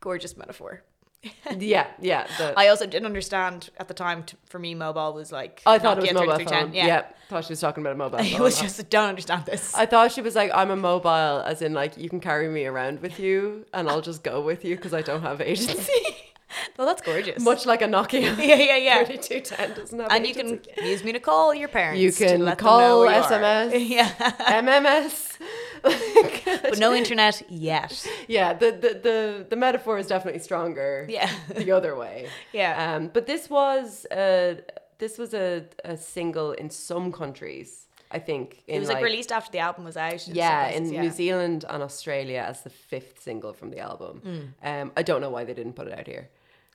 Speaker 2: gorgeous metaphor.
Speaker 6: yeah yeah the, I,
Speaker 2: I also didn't understand at the time. T- for me, mobile was like
Speaker 6: Oh, thought it was
Speaker 2: Nokia
Speaker 6: mobile
Speaker 2: 3310.
Speaker 6: phone yeah. thought she was talking about a mobile
Speaker 2: It
Speaker 6: phone.
Speaker 2: was just don't understand this.
Speaker 6: I thought she was like, I'm a mobile, as in like you can carry me around with you, and I'll just go with you because I don't have agency.
Speaker 2: well, that's gorgeous.
Speaker 6: Much like a Nokia
Speaker 2: yeah, yeah, yeah.
Speaker 6: 3210 doesn't have
Speaker 2: And you
Speaker 6: agency.
Speaker 2: can use me to call your parents.
Speaker 6: You
Speaker 2: to
Speaker 6: can
Speaker 2: let them
Speaker 6: call,
Speaker 2: know where you are.
Speaker 6: SMS.
Speaker 2: Yeah,
Speaker 6: MMS.
Speaker 2: but no internet yet.
Speaker 6: yeah, the, the the the metaphor is definitely stronger.
Speaker 2: Yeah,
Speaker 6: The other way.
Speaker 2: yeah.
Speaker 6: Um, but this was a this was a, a single in some countries. I think in
Speaker 2: it was like, released after the album was out. in some
Speaker 6: Yeah,
Speaker 2: places,
Speaker 6: in New Zealand and Australia as the fifth single from the album.
Speaker 2: Hmm.
Speaker 6: Um, I don't know why they didn't put it out here.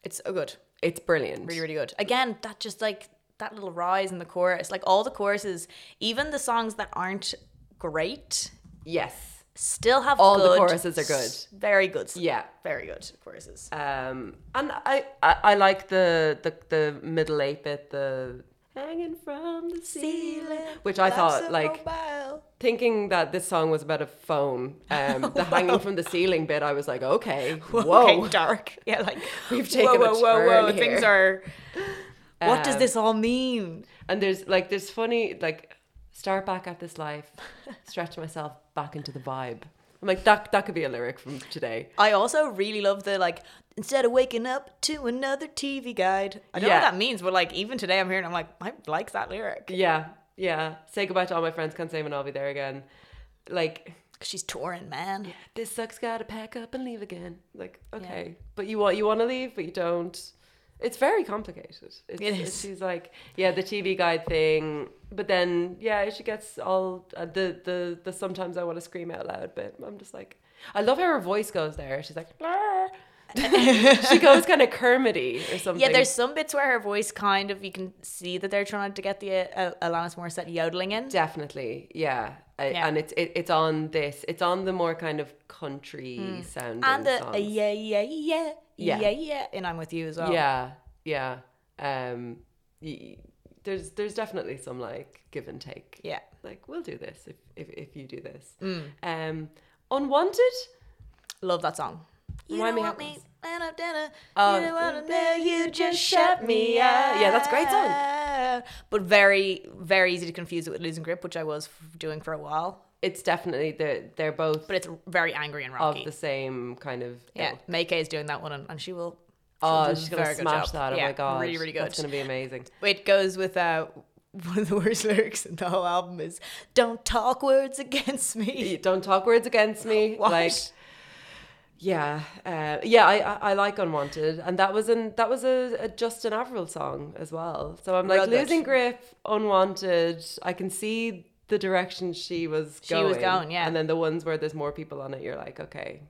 Speaker 2: It's so good,
Speaker 6: It's brilliant.
Speaker 2: really, really good. Again, that just like that little rise in the chorus, like all the choruses, even the songs that aren't great,
Speaker 6: Yes.
Speaker 2: still have
Speaker 6: All the
Speaker 2: good-
Speaker 6: choruses are good.
Speaker 2: Very good.
Speaker 6: Yeah.
Speaker 2: very good choruses.
Speaker 6: Um, and I, I, I like the, the the middle eight bit, the hanging from the ceiling, which I thought like thinking that this song was about a phone. Um, the hanging from the ceiling bit, I was like, okay, whoa,
Speaker 2: okay, dark. Yeah, like
Speaker 6: We've taken a turn here. Um,
Speaker 2: Things are. What does this all mean?
Speaker 6: and there's like there's funny like start back at this life, stretch myself back into the vibe. I'm like that that could be a lyric from today.
Speaker 2: I also really love the like. Instead of waking up to another TV guide, I don't know
Speaker 6: Yeah.
Speaker 2: what that means, but like even today I'm here and I'm like, I like that lyric.
Speaker 6: Yeah, yeah. Say goodbye to all my friends. Can't say when I'll be there again. Like
Speaker 2: 'Cause she's touring, man.
Speaker 6: this sucks gotta pack up and leave again like okay but you want you want to leave but you don't it's very complicated it's,
Speaker 2: It
Speaker 6: it's-
Speaker 2: is.
Speaker 6: she's like yeah the tv guide thing but then yeah she gets all uh, the the the sometimes i want to scream out loud but i'm just like i love how her voice goes there she's like "Blah." she goes kind of kermity or something
Speaker 2: Yeah, there's some bits where her voice kind of you can see that they're trying to get the uh, Alanis Morissette yodeling in.
Speaker 6: definitely yeah, I,
Speaker 2: Yeah.
Speaker 6: and it's it, it's on this it's on the more kind of country sound
Speaker 2: and the uh,
Speaker 6: songs.
Speaker 2: yeah yeah yeah
Speaker 6: Yeah.
Speaker 2: yeah yeah and i'm with you as well
Speaker 6: Yeah, yeah. Um, y- there's there's definitely some like give and take.
Speaker 2: yeah Mm.
Speaker 6: Like we'll do this if if, if you do this. Um, unwanted.
Speaker 2: love that song you
Speaker 6: Remind
Speaker 2: don't
Speaker 6: me how
Speaker 2: want
Speaker 6: it
Speaker 2: me
Speaker 6: goes.
Speaker 2: and I've done it.
Speaker 6: Oh.
Speaker 2: you don't want to know you just shut me out
Speaker 6: Yeah, that's a great song.
Speaker 2: but very very easy to confuse it with losing grip which i was f- doing for a while
Speaker 6: It's definitely they're they're both
Speaker 2: but it's very angry and
Speaker 6: of
Speaker 2: rocky
Speaker 6: the same kind of.
Speaker 2: yeah
Speaker 6: ilk.
Speaker 2: May Kay is doing that one and, and she will
Speaker 6: Oh,
Speaker 2: do a
Speaker 6: she's gonna
Speaker 2: very good
Speaker 6: smash
Speaker 2: job.
Speaker 6: that! Oh
Speaker 2: Yeah,
Speaker 6: my god,
Speaker 2: really, really good.
Speaker 6: That's gonna be amazing.
Speaker 2: it goes with uh one of the worst lyrics in the whole album is don't talk words against me
Speaker 6: You Don't talk words against me.
Speaker 2: What?
Speaker 6: Like, yeah, uh, yeah. I, I I like Unwanted, and that was an that was a, a Justin Averill song as well. So I'm like
Speaker 2: Real good.
Speaker 6: losing grip, Unwanted. I can see the direction she was
Speaker 2: She
Speaker 6: going.
Speaker 2: was going, yeah.
Speaker 6: And then the ones where there's more people on it, you're like, okay,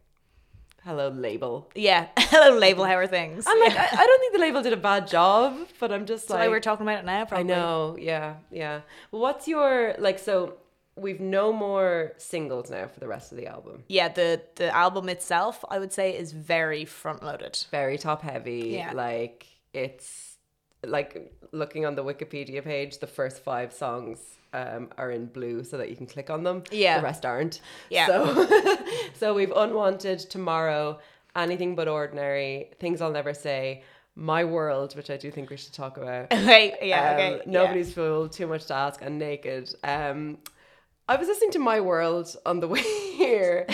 Speaker 6: hello label.
Speaker 2: yeah hello label how are things
Speaker 6: I'm like, I, I don't think the label did a bad job, but I'm just
Speaker 2: That's
Speaker 6: like,
Speaker 2: why we're talking about it now,
Speaker 6: I
Speaker 2: probably.
Speaker 6: know. Yeah, yeah. What's your like? So we've no more singles now for the rest of the album.
Speaker 2: Yeah, the the album itself, I would say, is very front loaded.
Speaker 6: very top heavy.
Speaker 2: Yeah.
Speaker 6: Like it's like looking on the Wikipedia page, the first five songs um, are in blue so that you can click on them.
Speaker 2: Yeah.
Speaker 6: The rest aren't.
Speaker 2: Yeah.
Speaker 6: So, so we've Unwanted, Tomorrow, Anything But Ordinary, Things I'll Never Say, My World, which I do think we should talk about.
Speaker 2: Right? Yeah.
Speaker 6: Um,
Speaker 2: okay.
Speaker 6: Nobody's fool, too much to ask, and naked. Um, I was listening to My World on the way here,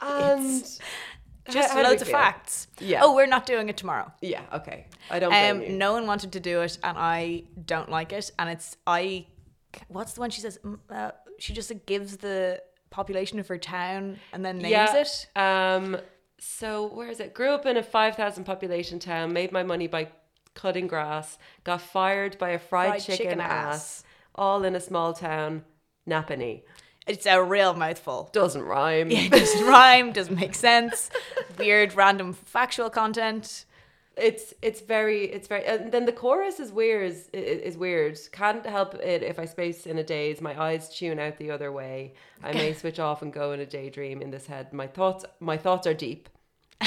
Speaker 6: and
Speaker 2: Just
Speaker 6: how do we
Speaker 2: loads of
Speaker 6: feel?
Speaker 2: facts.
Speaker 6: Yeah.
Speaker 2: Oh, we're not doing it tomorrow.
Speaker 6: Yeah, okay. I don't blame you.
Speaker 2: Um, no one wanted to do it, and I don't like it. And it's I. What's the one she says? mm, Uh, she just like, gives the population of her town and then names it.
Speaker 6: Um, so where is it? Grew up in a five thousand population town. Made my money by cutting grass. Got fired by a fried,
Speaker 2: Fried
Speaker 6: chicken,
Speaker 2: chicken
Speaker 6: ass.
Speaker 2: ass.
Speaker 6: All in a small town, Napanee.
Speaker 2: It's a real mouthful.
Speaker 6: Doesn't rhyme.
Speaker 2: It doesn't rhyme. Doesn't make sense. Weird, random, factual content.
Speaker 6: It's it's very it's very and then the chorus is weird is, is weird. Can't help it if I space in a daze. My eyes tune out the other way. I may switch off and go in a daydream in this head. My thoughts my thoughts are deep.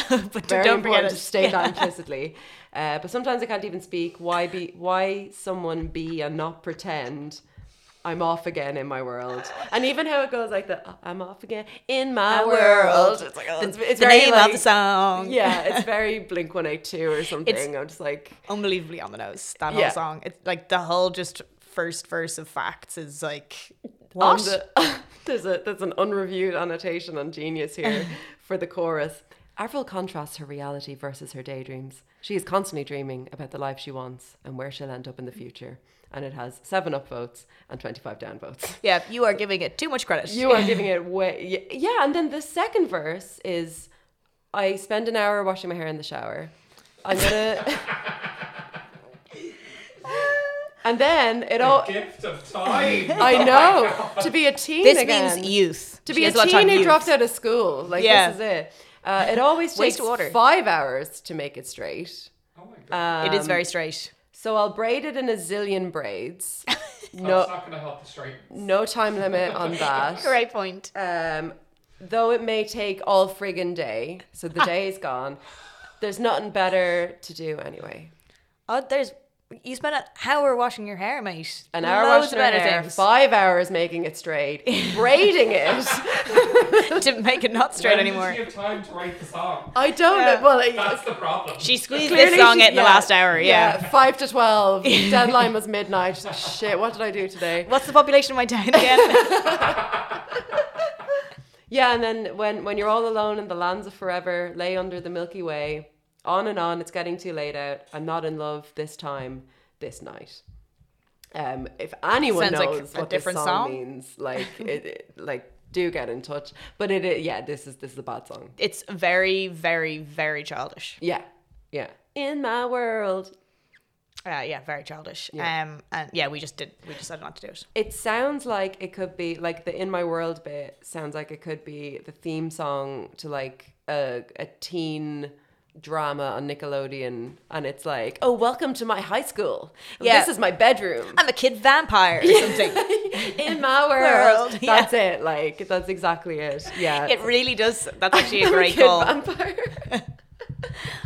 Speaker 2: but
Speaker 6: very
Speaker 2: don't forget
Speaker 6: important
Speaker 2: it.
Speaker 6: to state that implicitly. Uh, but sometimes I can't even speak. Why be? Why someone be and not pretend? I'm off again in my world. And even how it goes like the "Uh, I'm off again in my,
Speaker 2: My
Speaker 6: world.
Speaker 2: world. It's like, oh,
Speaker 6: it's
Speaker 2: the
Speaker 6: very,
Speaker 2: name
Speaker 6: like-
Speaker 2: of the song.
Speaker 6: Yeah, it's very Blink 182 or something. I'm just like,
Speaker 2: unbelievably on the nose. That
Speaker 6: Yeah.
Speaker 2: whole song. It's like the whole just first verse of facts is like
Speaker 6: on
Speaker 2: what?
Speaker 6: the- there's, a, there's an unreviewed annotation on Genius here for the chorus. Avril contrasts her reality versus her daydreams. She is constantly dreaming about the life she wants and where she'll end up in the future. And it has seven upvotes and 25 downvotes.
Speaker 2: yeah, you are giving it too much credit.
Speaker 6: You are giving it way. Yeah, and then the second verse is I spend an hour washing my hair in the shower. I'm gonna. and then it all.
Speaker 1: Gift of time.
Speaker 6: Oh, I know. To be a teen
Speaker 2: this
Speaker 6: again.
Speaker 2: means youth.
Speaker 6: To
Speaker 2: She
Speaker 6: be a
Speaker 2: has lot of time
Speaker 6: teen who
Speaker 2: youth.
Speaker 6: dropped out of school. Like,
Speaker 2: Yeah.
Speaker 6: this is it. Uh, it always
Speaker 2: Waste
Speaker 6: takes
Speaker 2: of water.
Speaker 6: five hours to make it straight.
Speaker 1: oh my god.
Speaker 2: it is very straight.
Speaker 6: So I'll braid it in a zillion braids.
Speaker 1: That's
Speaker 6: No,
Speaker 1: not gonna help the straight.
Speaker 6: no time limit on that.
Speaker 2: Great point.
Speaker 6: Um, though it may take all friggin' day, so the day is gone. There's nothing better to do anyway.
Speaker 2: Oh, there's you spent an hour washing your hair, mate.
Speaker 6: An hour
Speaker 2: Loads
Speaker 6: washing
Speaker 2: of
Speaker 6: her
Speaker 2: better
Speaker 6: hair,
Speaker 2: things
Speaker 6: five hours making it straight, braiding it.
Speaker 2: to make it not straight
Speaker 1: When
Speaker 2: anymore.
Speaker 1: Did she have time to write the song?
Speaker 6: I don't.
Speaker 2: Yeah.
Speaker 6: Well, I-
Speaker 1: That's the problem.
Speaker 2: She squeezed
Speaker 6: clearly
Speaker 2: this song
Speaker 6: she-
Speaker 2: out in the
Speaker 6: yeah,
Speaker 2: last hour. Yeah.
Speaker 6: five to twelve. Deadline was midnight. Shit, what did I do today?
Speaker 2: What's the population of my town again?
Speaker 6: Yeah, and then when when you're all alone in the lands of forever, lay under the Milky Way. On and on, it's getting too late out. I'm not in love this time, this night. Um, if anyone
Speaker 2: Sounds like
Speaker 6: knows
Speaker 2: a
Speaker 6: what this
Speaker 2: different
Speaker 6: song,
Speaker 2: song.
Speaker 6: means, like it, it- like do get in touch. But it, it yeah, this is this is a bad song.
Speaker 2: it's very, very, very childish.
Speaker 6: Yeah, yeah. In my world,
Speaker 2: Uh, yeah, very childish. Um, and yeah, we just did. We decided not to do it.
Speaker 6: it sounds like it could be like the in my world bit sounds like it could be the theme song to like a, a teen drama on nickelodeon and it's like oh welcome to my high school
Speaker 2: Yeah.
Speaker 6: this is my bedroom
Speaker 2: I'm a kid vampire or something.
Speaker 6: in my world,
Speaker 2: World, yeah.
Speaker 6: that's it like that's exactly it yeah
Speaker 2: it really does. That's actually a
Speaker 6: I'm a
Speaker 2: great
Speaker 6: kid
Speaker 2: call.
Speaker 6: vampire.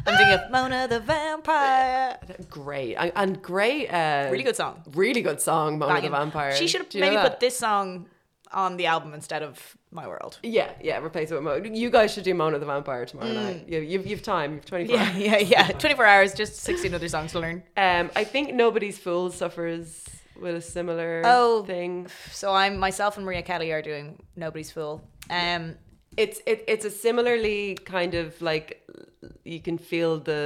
Speaker 2: I'm thinking of Mona the Vampire.
Speaker 6: great and, and great uh
Speaker 2: Really good song.
Speaker 6: really good song Mona the
Speaker 2: Banging.
Speaker 6: vampire
Speaker 2: She should have
Speaker 6: Do you know
Speaker 2: maybe
Speaker 6: that?
Speaker 2: put this song on the album instead of My World.
Speaker 6: yeah yeah replace it with Mona. you guys should do Mona the vampire tomorrow night you, you've, you've time you've 24
Speaker 2: Mm. Yeah, yeah, yeah. 24 hours, just 16 other songs to learn.
Speaker 6: Um, I think nobody's fool suffers with a similar
Speaker 2: Oh.
Speaker 6: thing.
Speaker 2: So I'm myself and Maria Kelly are doing Nobody's Fool. Um,
Speaker 6: It's it, it's a similarly kind of like you can feel the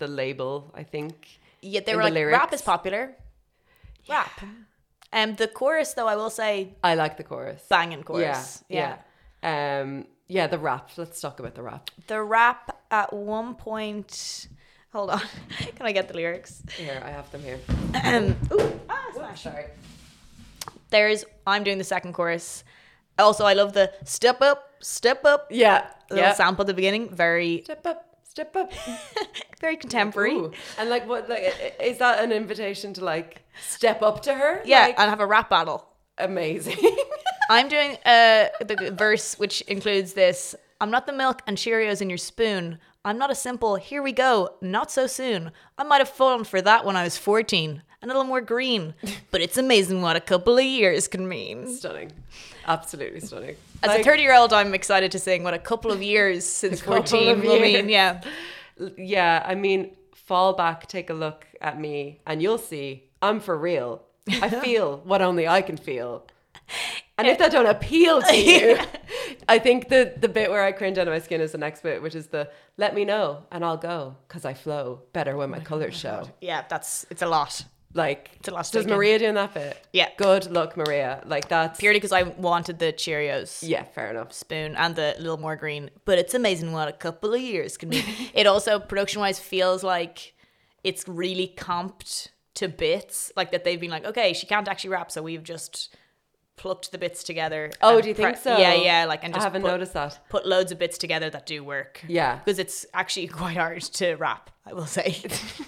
Speaker 6: the label. I think
Speaker 2: yet they
Speaker 6: In
Speaker 2: were
Speaker 6: the
Speaker 2: like, rap
Speaker 6: lyrics.
Speaker 2: is popular. Rap. Um, the chorus, though, I will say,
Speaker 6: I like the chorus.
Speaker 2: banging chorus.
Speaker 6: Yeah, yeah. Um, yeah, the rap. Let's talk about the rap.
Speaker 2: The rap at one point. Hold on. Can I get the lyrics?
Speaker 6: Here, I have them here.
Speaker 2: Ooh, ah, smash. Sorry. There's I'm doing the second chorus. Also, I love the step up, step up.
Speaker 6: Yeah,
Speaker 2: Little
Speaker 6: yeah.
Speaker 2: sample at the beginning, very,
Speaker 6: Step up, step up.
Speaker 2: very contemporary.
Speaker 6: Ooh. And like, what? Like, i- i- is that an invitation to like step up to her?
Speaker 2: Yeah,
Speaker 6: Like,
Speaker 2: and have a rap battle.
Speaker 6: amazing.
Speaker 2: I'm doing uh, the verse, which includes this: "I'm not the milk and Cheerios in your spoon. I'm not a simple. Here we go. Not so soon. I might have fallen for that when I was 14, and a little more green. But it's amazing what a couple of years can mean."
Speaker 6: stunning, absolutely stunning.
Speaker 2: As
Speaker 6: Like-
Speaker 2: a 30 year old, I'm excited to sing what a couple of years since
Speaker 6: couple
Speaker 2: 14
Speaker 6: of
Speaker 2: will
Speaker 6: years.
Speaker 2: mean. Yeah.
Speaker 6: Yeah, I mean, fall back, take a look at me, and you'll see I'm for real. Eh. I feel what only I can feel. And if that don't appeal to you, I think the the bit where I cringe out of my skin is the next bit, which is the "Let me know and I'll go, 'cause I flow better when my colors show."
Speaker 2: Yeah, that's it's a lot.
Speaker 6: Like,
Speaker 2: a lot to take
Speaker 6: does
Speaker 2: in.
Speaker 6: Maria doing that bit?
Speaker 2: Yeah.
Speaker 6: Good luck, Maria. Like that's
Speaker 2: Purely because I wanted the Cheerios
Speaker 6: yeah, fair enough.
Speaker 2: spoon and the little more green. But it's amazing what a couple of years can be. it also production wise feels like it's really comped to bits. Like that they've been like, okay, she can't actually rap, so we've just plucked the bits together.
Speaker 6: Oh,
Speaker 2: and
Speaker 6: do you
Speaker 2: pre-
Speaker 6: think so?
Speaker 2: Yeah, yeah. Like and
Speaker 6: I
Speaker 2: just
Speaker 6: haven't
Speaker 2: put,
Speaker 6: noticed that.
Speaker 2: put loads of bits together that do work.
Speaker 6: Yeah.
Speaker 2: Because it's actually quite hard to rap, I will say.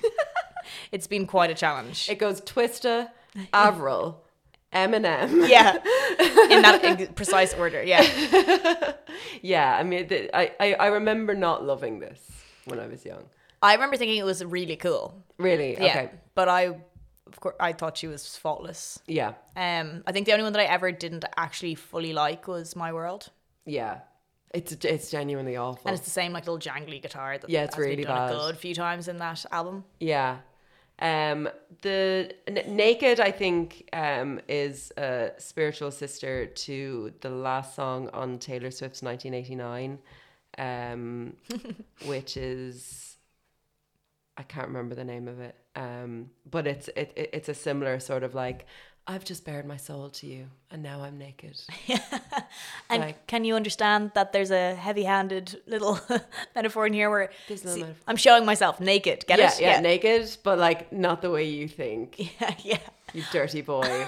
Speaker 2: it's been quite a challenge.
Speaker 6: It goes Twista, Avril, Eminem.
Speaker 2: yeah. In that ex- precise order. Yeah.
Speaker 6: Yeah, I mean, the, I, I I remember not loving this when I was young.
Speaker 2: I remember thinking it was really cool.
Speaker 6: Really?
Speaker 2: Yeah.
Speaker 6: Okay.
Speaker 2: But I of course I thought she was faultless.
Speaker 6: Yeah.
Speaker 2: Um I think the only one that I ever didn't actually fully like was My World.
Speaker 6: Yeah. It's it's genuinely awful.
Speaker 2: And it's the same like little jangly guitar that
Speaker 6: Yeah, it's
Speaker 2: has been
Speaker 6: really
Speaker 2: done
Speaker 6: bad.
Speaker 2: a good few times in that album.
Speaker 6: Yeah. Um, the n- naked, I think, um, is a spiritual sister to the last song on Taylor Swift's 1989, um, which is I can't remember the name of it, um, but it's it, it it's a similar sort of like I've just bared my soul to you, and now I'm naked.
Speaker 2: And
Speaker 6: Like-
Speaker 2: can you understand that there's a heavy-handed little metaphor in here where
Speaker 6: There's no metaphor.
Speaker 2: I'm showing myself naked. Get
Speaker 6: yeah,
Speaker 2: it?
Speaker 6: yeah, naked, but like not the way you think,
Speaker 2: yeah, yeah.
Speaker 6: you dirty boy.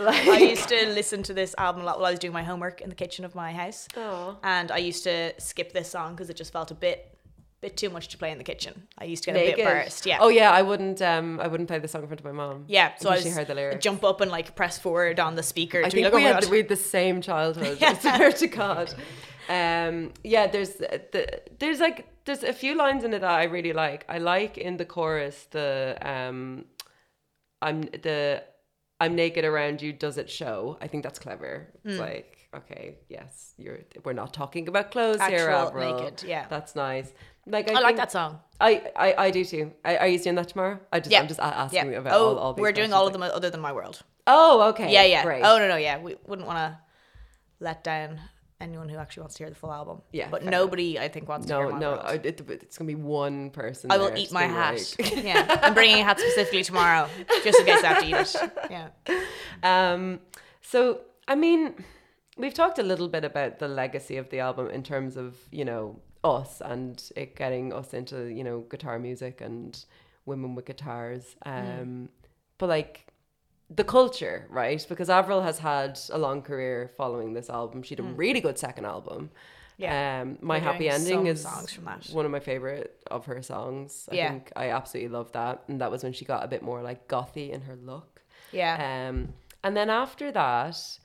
Speaker 2: I used to listen to this album a lot while I was doing my homework in the kitchen of my house.
Speaker 6: Aw.
Speaker 2: And I used to skip this song because it just felt a bit bit too much to play in the kitchen. I used to get a bit embarrassed. Yeah.
Speaker 6: Oh yeah, I wouldn't. Um, I wouldn't play the song in front of my mom.
Speaker 2: yeah. So I
Speaker 6: Until
Speaker 2: was,
Speaker 6: she heard the lyrics.
Speaker 2: jump up and like press forward on the speaker
Speaker 6: I
Speaker 2: to be
Speaker 6: think
Speaker 2: like, oh
Speaker 6: we
Speaker 2: my
Speaker 6: had
Speaker 2: god.
Speaker 6: we had the same childhood. I swear to God. Um, yeah, there's uh, the, there's like there's a few lines in it that I really like. I like in the chorus the um, I'm the I'm naked around you. Does it show? I think that's clever.
Speaker 2: Hmm.
Speaker 6: It's like okay, yes, you're. We're not talking about clothes here,
Speaker 2: Actual
Speaker 6: Avril.
Speaker 2: naked, yeah.
Speaker 6: that's nice. Like
Speaker 2: I
Speaker 6: I,
Speaker 2: like
Speaker 6: think-
Speaker 2: that song.
Speaker 6: I, I, I do too. I, are you doing that tomorrow? I just,
Speaker 2: Yeah.
Speaker 6: I'm just a- asking you
Speaker 2: Yeah.
Speaker 6: about
Speaker 2: oh,
Speaker 6: all, all these
Speaker 2: we're doing all of
Speaker 6: questions.
Speaker 2: them other than my world.
Speaker 6: Oh, okay.
Speaker 2: Yeah, yeah.
Speaker 6: Great.
Speaker 2: Oh no, no, yeah. We wouldn't want to let down anyone who actually wants to hear the full album.
Speaker 6: Yeah,
Speaker 2: But
Speaker 6: fair
Speaker 2: nobody, I think, wants to
Speaker 6: no,
Speaker 2: hear my
Speaker 6: no.
Speaker 2: world.
Speaker 6: I- It, it's going to be one person.
Speaker 2: I will
Speaker 6: there
Speaker 2: eat
Speaker 6: just
Speaker 2: my
Speaker 6: being
Speaker 2: hat.
Speaker 6: like-
Speaker 2: yeah, I'm bringing a hat specifically tomorrow, just in case I have to eat it. Yeah,
Speaker 6: Um, so, I mean, we've talked a little bit about the legacy of the album in terms of, you know, us and it getting us into, you know, guitar music and women with guitars. Um, But like, the culture, right? Because Avril has had a long career following this album. She did a really good second album.
Speaker 2: Yeah.
Speaker 6: Um, my
Speaker 2: We're
Speaker 6: happy
Speaker 2: doing
Speaker 6: ending
Speaker 2: some
Speaker 6: is
Speaker 2: songs from that.
Speaker 6: one of my favorite of her songs. I
Speaker 2: Yeah.
Speaker 6: think I absolutely love that, and that was when she got a bit more like gothy in her look.
Speaker 2: yeah.
Speaker 6: Um, and then after that,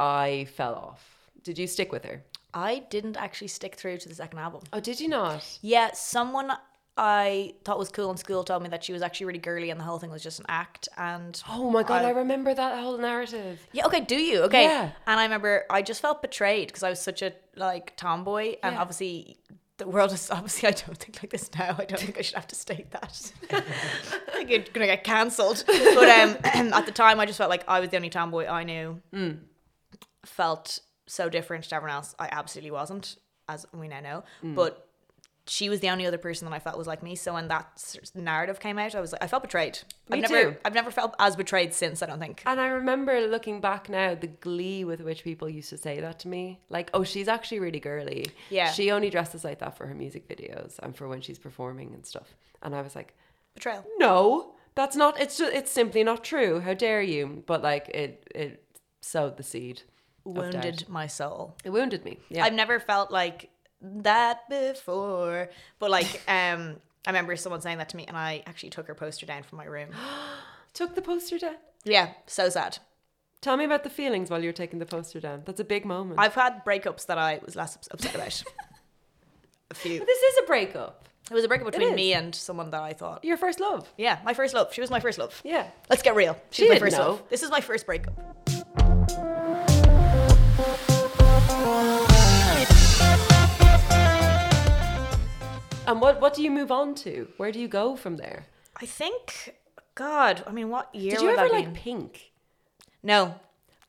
Speaker 6: I fell off. Did you stick with her?
Speaker 2: I didn't actually stick through to the second album.
Speaker 6: Oh, did you not?
Speaker 2: Yeah, someone I thought was cool in school told me that she was actually really girly, and the whole thing was just an act. And
Speaker 6: Oh my god, I, remember that whole narrative.
Speaker 2: Yeah, okay, do you? Okay.
Speaker 6: Yeah.
Speaker 2: And I remember I just felt betrayed because I was such a like tomboy and
Speaker 6: Yeah.
Speaker 2: obviously the world is obviously I don't think like this now. I don't think I should have to state that. I think you're gonna get cancelled. But um at the time I just felt like I was the only tomboy I knew.
Speaker 6: Mm.
Speaker 2: Felt so different to everyone else. I absolutely wasn't, as we now know.
Speaker 6: Mm.
Speaker 2: But she was the only other person that I felt was like me. So when that s- narrative came out, I was like, I felt betrayed.
Speaker 6: Me
Speaker 2: I've never,
Speaker 6: too.
Speaker 2: I've never felt as betrayed since. I don't think.
Speaker 6: And I remember looking back now, the glee with which people used to say that to me. Like, oh, she's actually really girly.
Speaker 2: Yeah.
Speaker 6: She only dresses like that for her music videos and for when she's performing and stuff. And I was like,
Speaker 2: Betrayal.
Speaker 6: no, that's not, it's just, it's simply not true. How dare you? But like, it, it sowed the seed. of doubt.
Speaker 2: wounded my soul.
Speaker 6: It wounded me. Yeah.
Speaker 2: I've never felt like that before. But like um I remember someone saying that to me and I actually took her poster down from my room.
Speaker 6: Took the poster down.
Speaker 2: yeah, so sad.
Speaker 6: Tell me about the feelings while you're taking the poster down. That's a big moment.
Speaker 2: I've had breakups that I was less ups- upset about. a few.
Speaker 6: this is a breakup.
Speaker 2: It was a breakup between
Speaker 6: is.
Speaker 2: me and someone that I thought
Speaker 6: Your first love.
Speaker 2: Yeah, my first love. She was my first love.
Speaker 6: Yeah.
Speaker 2: Let's get real. She,
Speaker 6: She
Speaker 2: was my
Speaker 6: didn't
Speaker 2: first
Speaker 6: know.
Speaker 2: love. This is my first breakup.
Speaker 6: And what, what do you move on to? Where do you go from there?
Speaker 2: I think God, I mean what year
Speaker 6: Did you
Speaker 2: would
Speaker 6: ever
Speaker 2: that
Speaker 6: like
Speaker 2: be?
Speaker 6: Pink?
Speaker 2: No.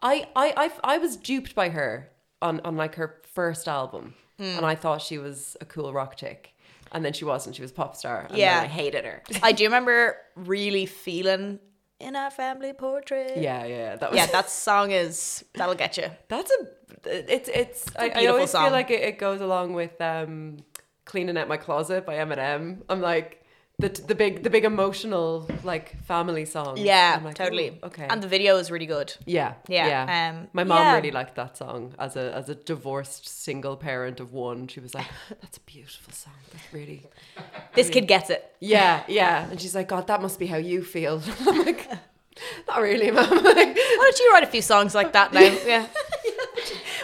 Speaker 6: I, I, I, I was duped by her. on, on like her first album,
Speaker 2: Hmm.
Speaker 6: and I thought she was a cool rock chick, and then she wasn't. She was a pop star. And then
Speaker 2: Yeah.
Speaker 6: I hated her.
Speaker 2: I do remember really feeling in our family portrait.
Speaker 6: Yeah, yeah, that was
Speaker 2: Yeah, that song is that'll get you.
Speaker 6: That's a it's it's I I
Speaker 2: beautiful
Speaker 6: always
Speaker 2: song.
Speaker 6: feel like it, it goes along with um cleaning out my closet by Eminem. I'm like the the big the big emotional like family song.
Speaker 2: Yeah,
Speaker 6: I'm like,
Speaker 2: totally.
Speaker 6: "Ooh, oh okay.
Speaker 2: And the video is really good.
Speaker 6: yeah,
Speaker 2: Yeah,
Speaker 6: yeah.
Speaker 2: um,
Speaker 6: my mom
Speaker 2: yeah.
Speaker 6: really liked that song as a as a divorced single parent of one. She was like, "That's a beautiful song. That's really
Speaker 2: This kid gets it.
Speaker 6: yeah, yeah." And she's like, "God, that must be how you feel." I'm like, "Not really, mom." Like,
Speaker 2: Why don't Oh, you write a few songs like that now? yeah.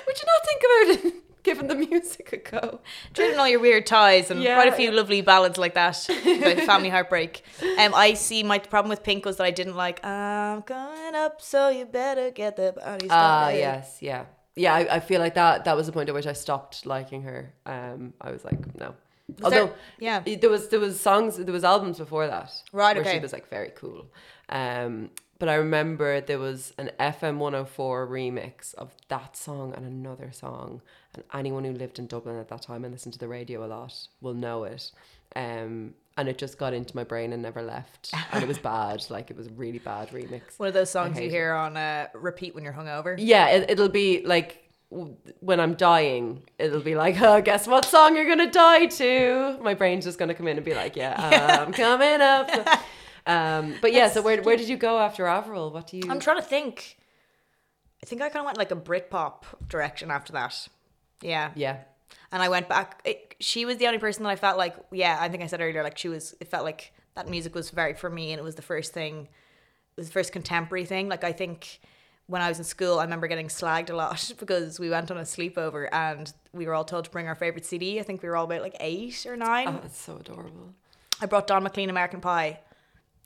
Speaker 6: Would you not think about it, giving the music a go?
Speaker 2: Trading all your weird ties and
Speaker 6: Yeah,
Speaker 2: write a few lovely ballads like that about family heartbreak. Um, I see my problem with Pink was that I didn't like I'm going up, so you better get the party
Speaker 6: Ah,
Speaker 2: started.
Speaker 6: yes, yeah, yeah. I, I feel like that that was the point at which I stopped liking her. Um, I was like, no. Although,
Speaker 2: there- yeah.
Speaker 6: i- there was there was songs, there was albums before that,
Speaker 2: Right,
Speaker 6: Where
Speaker 2: okay.
Speaker 6: she was like very cool. Um, but I remember there was an FM 104 remix of that song and another song, and anyone who lived in Dublin at that time and listened to the radio a lot will know it. Um, and it just got into my brain and never left, and it was bad. Like it was a really bad remix.
Speaker 2: One of those songs
Speaker 6: I
Speaker 2: you
Speaker 6: hate
Speaker 2: hear on uh, repeat when you're hungover.
Speaker 6: Yeah, it, it'll be like w- when I'm dying, it'll be like, oh, guess what song you're gonna die to? My brain's just gonna come in and be like, yeah, I'm coming up. um, but yeah, so where, where did you go after Avril? What do you?
Speaker 2: I'm trying to think. I think I kind of went like a Britpop direction after that. Yeah.
Speaker 6: yeah,
Speaker 2: And I went back. It, she was the only person that I felt like, yeah, I think I said earlier, like she was, it felt like that music was very for me and it was the first thing, it was the first contemporary thing. Like I think when I was in school, I remember getting slagged a lot because we went on a sleepover and we were all told to bring our favorite CD. I think we were all about like eight or nine.
Speaker 6: oh, it's so adorable.
Speaker 2: I brought Don McLean American Pie.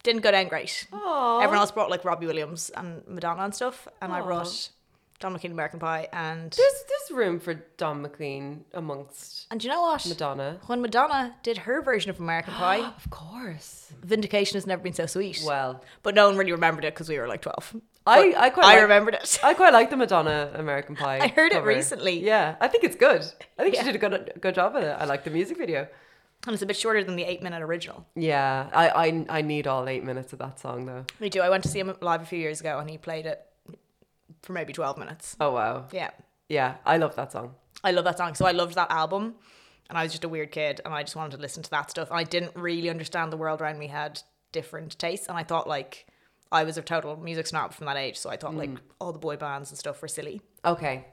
Speaker 2: Didn't go down great. Everyone else brought like Robbie Williams and Madonna and stuff, and I brought Don McLean American Pie. And
Speaker 6: There's there's room for Don McLean amongst
Speaker 2: and do you know what?
Speaker 6: Madonna.
Speaker 2: when Madonna did her version of American Pie,
Speaker 6: Of course.
Speaker 2: Vindication has never been so sweet.
Speaker 6: Well,
Speaker 2: but no one really remembered it because we were like twelve.
Speaker 6: I
Speaker 2: But
Speaker 6: I quite
Speaker 2: I
Speaker 6: like-
Speaker 2: remembered it.
Speaker 6: I quite like the Madonna American Pie.
Speaker 2: I heard it
Speaker 6: cover.
Speaker 2: recently.
Speaker 6: Yeah, I think it's good. I think she did a good good job with it. I like the music video.
Speaker 2: and it's a bit shorter than the eight-minute original.
Speaker 6: Yeah, I, I I need all eight minutes of that song though.
Speaker 2: Me too. I went to see him live a few years ago, and he played it for maybe twelve minutes.
Speaker 6: Oh wow,
Speaker 2: Yeah.
Speaker 6: yeah, I love that song.
Speaker 2: I love that song. So I loved that album. And I was just a weird kid and I just wanted to listen to that stuff. And I didn't really understand the world around me had different tastes. And I thought like I was a total music snob from that age. So I thought like all the boy bands and stuff were silly.
Speaker 6: Okay,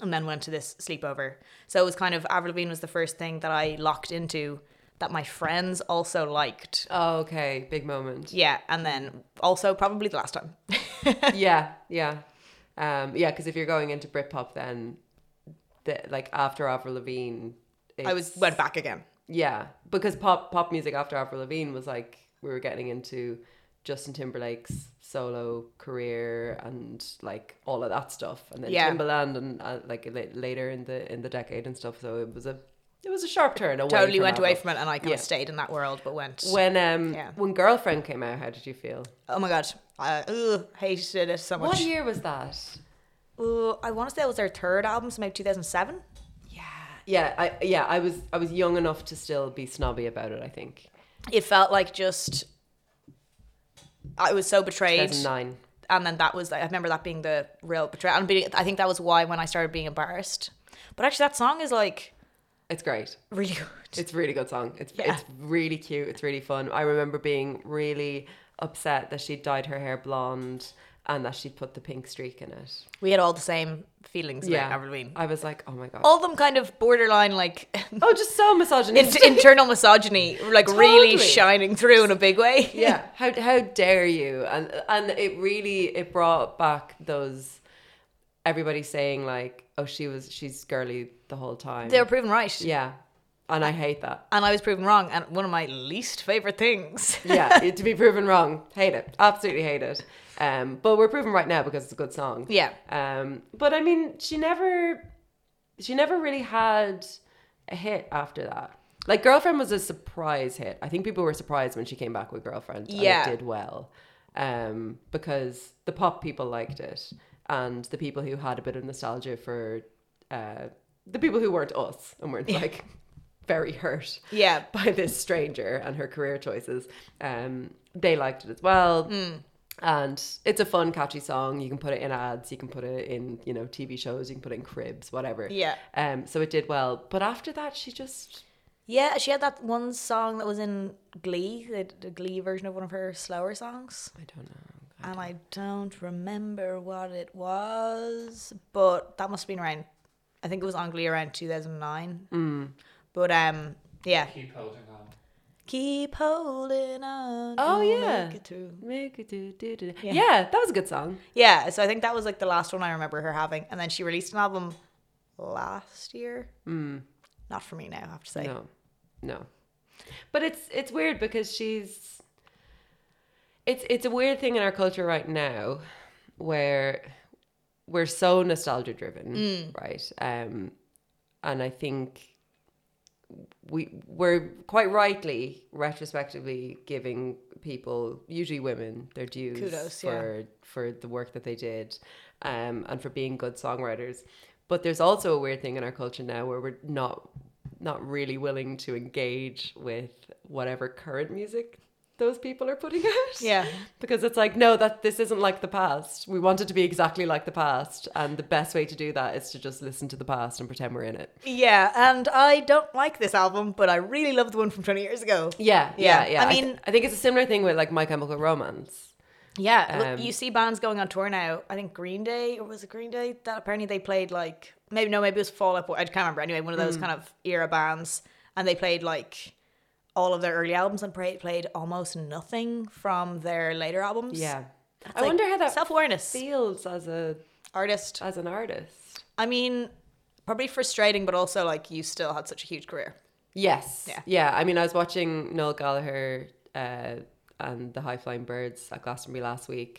Speaker 2: And then went to this sleepover. So it was kind of Avril Lavigne was the first thing that I locked into that my friends also liked.
Speaker 6: Oh, okay, big moment.
Speaker 2: Yeah. And then also probably the last time.
Speaker 6: yeah, yeah, um, yeah. Because if you're going into Britpop, then the, like after Avril Lavigne,
Speaker 2: I was went back again.
Speaker 6: yeah, because pop pop music after Avril Lavigne was like we were getting into Justin Timberlake's solo career and like all of that stuff, and then
Speaker 2: Yeah.
Speaker 6: Timbaland and uh, like la- later in the in the decade and stuff. So it was a it was a sharp turn. Away
Speaker 2: Totally
Speaker 6: from
Speaker 2: went away
Speaker 6: Avril.
Speaker 2: from it and I kind
Speaker 6: Yeah.
Speaker 2: of stayed in that world but went
Speaker 6: When um
Speaker 2: Yeah.
Speaker 6: when girlfriend came out, how did you feel?
Speaker 2: Oh my god. I ugh, hated it so much.
Speaker 6: What year was that?
Speaker 2: Uh, I want to say it was their third album, so maybe 2007.
Speaker 6: Yeah, yeah, I yeah I was I was young enough to still be snobby about it. I think
Speaker 2: It felt like just I was so betrayed,
Speaker 6: 2009.
Speaker 2: and then that was I remember that being the real betrayal. And being, I think that was why when I started being embarrassed. But actually, that song is like
Speaker 6: It's great.
Speaker 2: really good.
Speaker 6: It's a really good song. It's
Speaker 2: Yeah.
Speaker 6: it's really cute. It's really fun. I remember being really upset that she dyed her hair blonde and that she put the pink streak in it.
Speaker 2: We had all the same feelings yeah. about Avril Lavigne.
Speaker 6: I was like, oh my god.
Speaker 2: All of them kind of borderline like
Speaker 6: Oh, just so
Speaker 2: in-
Speaker 6: misogynistic.
Speaker 2: internal misogyny, like really
Speaker 6: Totally.
Speaker 2: shining through in a big way.
Speaker 6: yeah how how dare you and and it really it brought back those everybody saying like oh she was she's girly the whole time
Speaker 2: They were proven right.
Speaker 6: yeah and i hate that
Speaker 2: And I was proven wrong, and one of my least favorite things.
Speaker 6: yeah to be proven wrong hate it absolutely hate it um but we're proven right now because it's a good song
Speaker 2: Yeah.
Speaker 6: um but i mean she never she never really had a hit after that like girlfriend was a surprise hit i think people were surprised when she came back with girlfriend
Speaker 2: Yeah.
Speaker 6: and it did well um because the pop people liked it and the people who had a bit of nostalgia for uh, the people who weren't us and weren't like very hurt
Speaker 2: Yeah.
Speaker 6: by this stranger and her career choices. Um, they liked it as well.
Speaker 2: Hmm.
Speaker 6: And it's a fun, catchy song. You can put it in ads, you can put it in, you know, TV shows, you can put it in cribs, whatever.
Speaker 2: Yeah.
Speaker 6: Um, so it did well. But after that, she just,
Speaker 2: Yeah, she had that one song that was in Glee, the, the Glee version of one of her slower songs.
Speaker 6: I don't know.
Speaker 2: And I don't remember what it was, but that must have been around, I think it was on Glee around 2009.
Speaker 6: Mm.
Speaker 2: But um, yeah.
Speaker 1: Keep holding on.
Speaker 2: Keep holding on.
Speaker 6: Oh,
Speaker 2: we'll
Speaker 6: yeah.
Speaker 2: make it through.
Speaker 6: Make it do, do, do.
Speaker 2: Yeah.
Speaker 6: Yeah. that was a good song.
Speaker 2: Yeah, so I think that was like the last one I remember her having. And then she released an album last year. Not for me now, I have to say.
Speaker 6: Mm. No, no. But it's it's weird because she's. It's it's a weird thing in our culture right now, where we're so nostalgia driven, right? Um, and I think we we're quite rightly retrospectively giving people, usually women, their dues
Speaker 2: Kudos, yeah.
Speaker 6: for for the work that they did, um, and for being good songwriters. But there's also a weird thing in our culture now where we're not not really willing to engage with whatever current music those people are putting out
Speaker 2: Yeah.
Speaker 6: because it's like no that this isn't like the past we want it to be exactly like the past and the best way to do that is to just listen to the past and pretend we're in it
Speaker 2: Yeah, and I don't like this album, but I really love the one from 20 years ago.
Speaker 6: yeah
Speaker 2: Yeah.
Speaker 6: yeah yeah,
Speaker 2: I
Speaker 6: th-
Speaker 2: mean-
Speaker 6: i think it's a similar thing with like my chemical romance
Speaker 2: Yeah, look,
Speaker 6: Um,
Speaker 2: you see bands going on tour now. I think Green Day, or was it Green Day? That apparently they played like, maybe, no, maybe it was Fall Out Boy. I can't remember. Anyway, one of
Speaker 6: Hmm.
Speaker 2: those kind of era bands. And they played like all of their early albums and pra- played almost nothing from their later albums.
Speaker 6: yeah i wonder how that
Speaker 2: Self awareness.
Speaker 6: feels as a
Speaker 2: Artist.
Speaker 6: as an artist
Speaker 2: I mean, probably frustrating, but also like you still had such a huge career.
Speaker 6: Yes.
Speaker 2: Yeah.
Speaker 6: I mean, I was watching Noel Gallagher uh, and the High Flying Birds at Glastonbury last week,